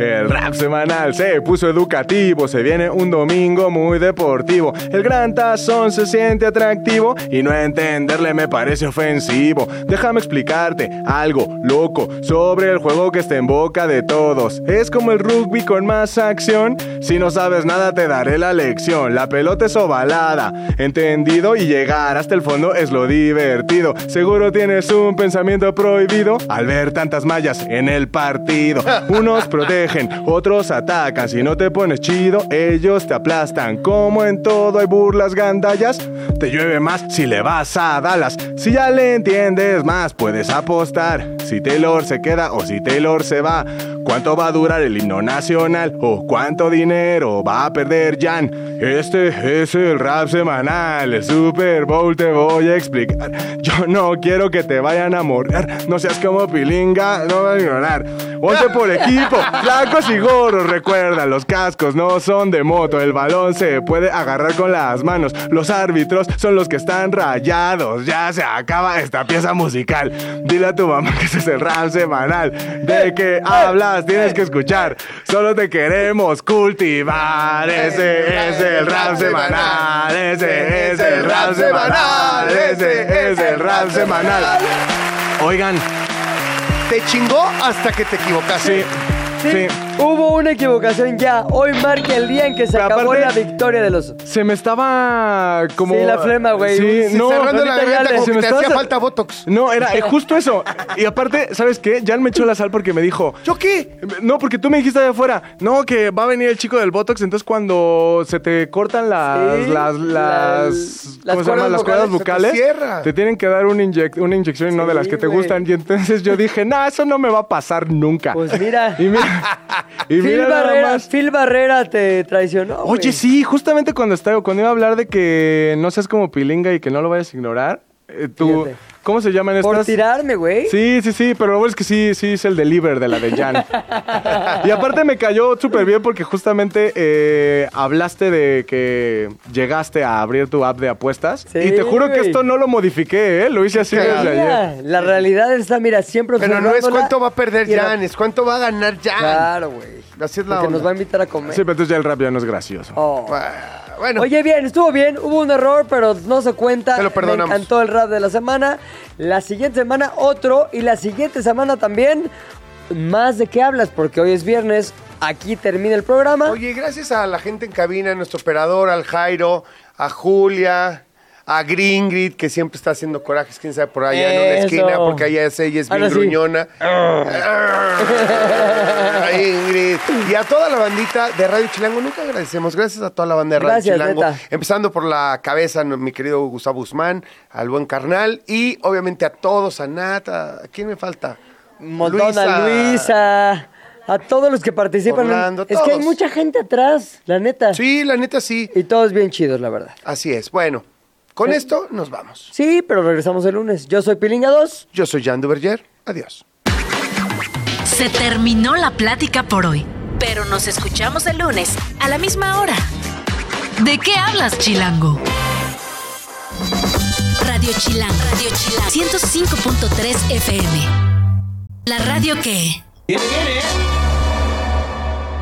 Speaker 8: El rap semanal se puso educativo, se viene un domingo muy deportivo. El gran tazón se siente atractivo y no entenderle me parece ofensivo. Déjame explicarte algo loco sobre el juego que está en boca de todos. Es como el rugby con más acción. Si no sabes nada te daré la lección. La pelota es ovalada, entendido y llegar hasta el fondo es lo divertido. Seguro tienes un pensamiento prohibido al ver tantas mallas en el partido. Unos protegen, otros atacan. Si no te pones chido, ellos te aplastan. Como en todo hay burlas gandallas, te llueve más si le vas a Dallas. Si ya le entiendes más, puedes apostar. Si Taylor se queda o si Taylor se va. ¿Cuánto va a durar el himno nacional? ¿O cuánto dinero va a perder Jan? Este es el rap semanal, el Super Bowl te voy a explicar. Yo no quiero que te vayan a morder, no seas como pilinga, no van a ignorar. Once por equipo, flacos y gorros, recuerda, los cascos no son de moto, el balón se puede agarrar con las manos, los árbitros son los que están rayados, ya se acaba esta pieza musical. Dile a tu mamá que ese es el rap semanal, de que hablas, tienes que escuchar, solo te queremos cultivar, ese es el rap semanal, ese es el rap semanal, ese es el rap semanal. Oigan,
Speaker 4: Te chingó hasta que te equivocaste.
Speaker 8: sí, sí.
Speaker 5: Hubo una equivocación ya. Hoy marca el día en que se
Speaker 8: Pero
Speaker 5: acabó
Speaker 8: aparte-
Speaker 5: la victoria de los.
Speaker 8: Se me estaba como.
Speaker 5: Sí, la flema, güey.
Speaker 8: Sí,
Speaker 5: Sí,
Speaker 8: no,
Speaker 4: cerrando la
Speaker 5: ahorita ya
Speaker 4: garganta
Speaker 5: le-
Speaker 4: como
Speaker 5: se
Speaker 4: que
Speaker 5: me
Speaker 4: te
Speaker 5: estaba
Speaker 4: hacía
Speaker 5: sal-
Speaker 4: falta Botox.
Speaker 8: No, era eh, justo eso. Y aparte, ¿sabes qué? Jan me echó la sal porque me dijo.
Speaker 4: ¿Yo qué?
Speaker 8: No, porque tú me dijiste de afuera. No, que va a venir el chico del Botox. Entonces, cuando se te cortan las.
Speaker 5: Sí,
Speaker 8: las, las,
Speaker 5: las- las
Speaker 8: ¿Cómo se llama?
Speaker 4: cuerdas
Speaker 8: Las cuerdas
Speaker 4: vocales,
Speaker 8: bucales.
Speaker 4: se te cierra.
Speaker 8: tienen que dar un inyec- una inyección y no de las
Speaker 5: Sí,
Speaker 8: que te
Speaker 5: güey.
Speaker 8: gustan. Y entonces yo dije, no, eso no me va a pasar nunca.
Speaker 5: Pues mira.
Speaker 8: Y mira. y
Speaker 5: Phil
Speaker 8: mira nada
Speaker 5: Barrera,
Speaker 8: más.
Speaker 5: Phil Barrera te traicionó. güey.
Speaker 8: Oye, sí, justamente cuando estaba, cuando iba a hablar de que no seas como pilinga y que no lo vayas a ignorar, eh, tú-
Speaker 5: Fíjate.
Speaker 8: ¿Cómo se llaman estas?
Speaker 5: Por tirarme, güey.
Speaker 8: Sí, sí, sí, pero lo bueno es que sí, sí es el deliver de la de Jan. y aparte me cayó súper bien porque justamente eh, hablaste de que llegaste a abrir tu app de apuestas.
Speaker 5: Sí,
Speaker 8: y te juro que
Speaker 5: güey.
Speaker 8: esto no lo modifiqué, ¿eh? Lo hice así
Speaker 4: Qué
Speaker 8: desde ayer.
Speaker 5: Mira, la realidad está, mira, siempre
Speaker 4: Pero no es
Speaker 5: observándola
Speaker 4: cuánto va a perder
Speaker 5: y la-
Speaker 4: Jan, es cuánto va a ganar Jan.
Speaker 5: Claro, güey.
Speaker 4: Así es la
Speaker 5: Porque
Speaker 4: onda.
Speaker 5: nos va a invitar a comer.
Speaker 8: Sí, pero entonces ya el rap ya no es gracioso.
Speaker 5: Oh.
Speaker 4: Ah, Bueno,
Speaker 5: Oye, bien, estuvo bien. Hubo un error, pero no se cuenta.
Speaker 4: Te lo perdonamos.
Speaker 5: Me encantó el rap de la semana. La siguiente semana otro. Y la siguiente semana también más de qué hablas, porque hoy es viernes. Aquí termina el programa.
Speaker 4: Oye, gracias a la gente en cabina, a nuestro operador, al Jairo, a Julia, a Gringrid, que siempre está haciendo corajes, quién sabe, por allá en una
Speaker 5: Eso.
Speaker 4: esquina, porque allá es ella, es bien
Speaker 5: Ahora sí.
Speaker 4: gruñona. Arr, Ingrid. Y a toda la bandita de Radio Chilango, nunca agradecemos. Gracias a toda la banda de Radio
Speaker 5: Gracias,
Speaker 4: Chilango.
Speaker 5: neta.
Speaker 4: Empezando por la cabeza, no- mi querido Gustavo Guzmán, al buen carnal, y obviamente a todos, a Nata. ¿Quién me falta?
Speaker 5: Un montón a Luisa. A todos los que participan. en-
Speaker 4: Orlando,
Speaker 5: es que hay
Speaker 4: todos.
Speaker 5: mucha gente atrás, la neta.
Speaker 4: Sí, la neta sí.
Speaker 5: Y todos bien chidos, la verdad.
Speaker 4: Así es. Bueno, con esto nos vamos.
Speaker 5: Sí, pero regresamos el lunes. Yo soy Pilinga 2.
Speaker 4: Yo soy Jan Duverger. Adiós.
Speaker 1: Se terminó la plática por hoy, pero nos escuchamos el lunes a la misma hora. ¿De qué hablas, Chilango? Radio Chilango, Radio Chilango, 105.3 FM. La radio que...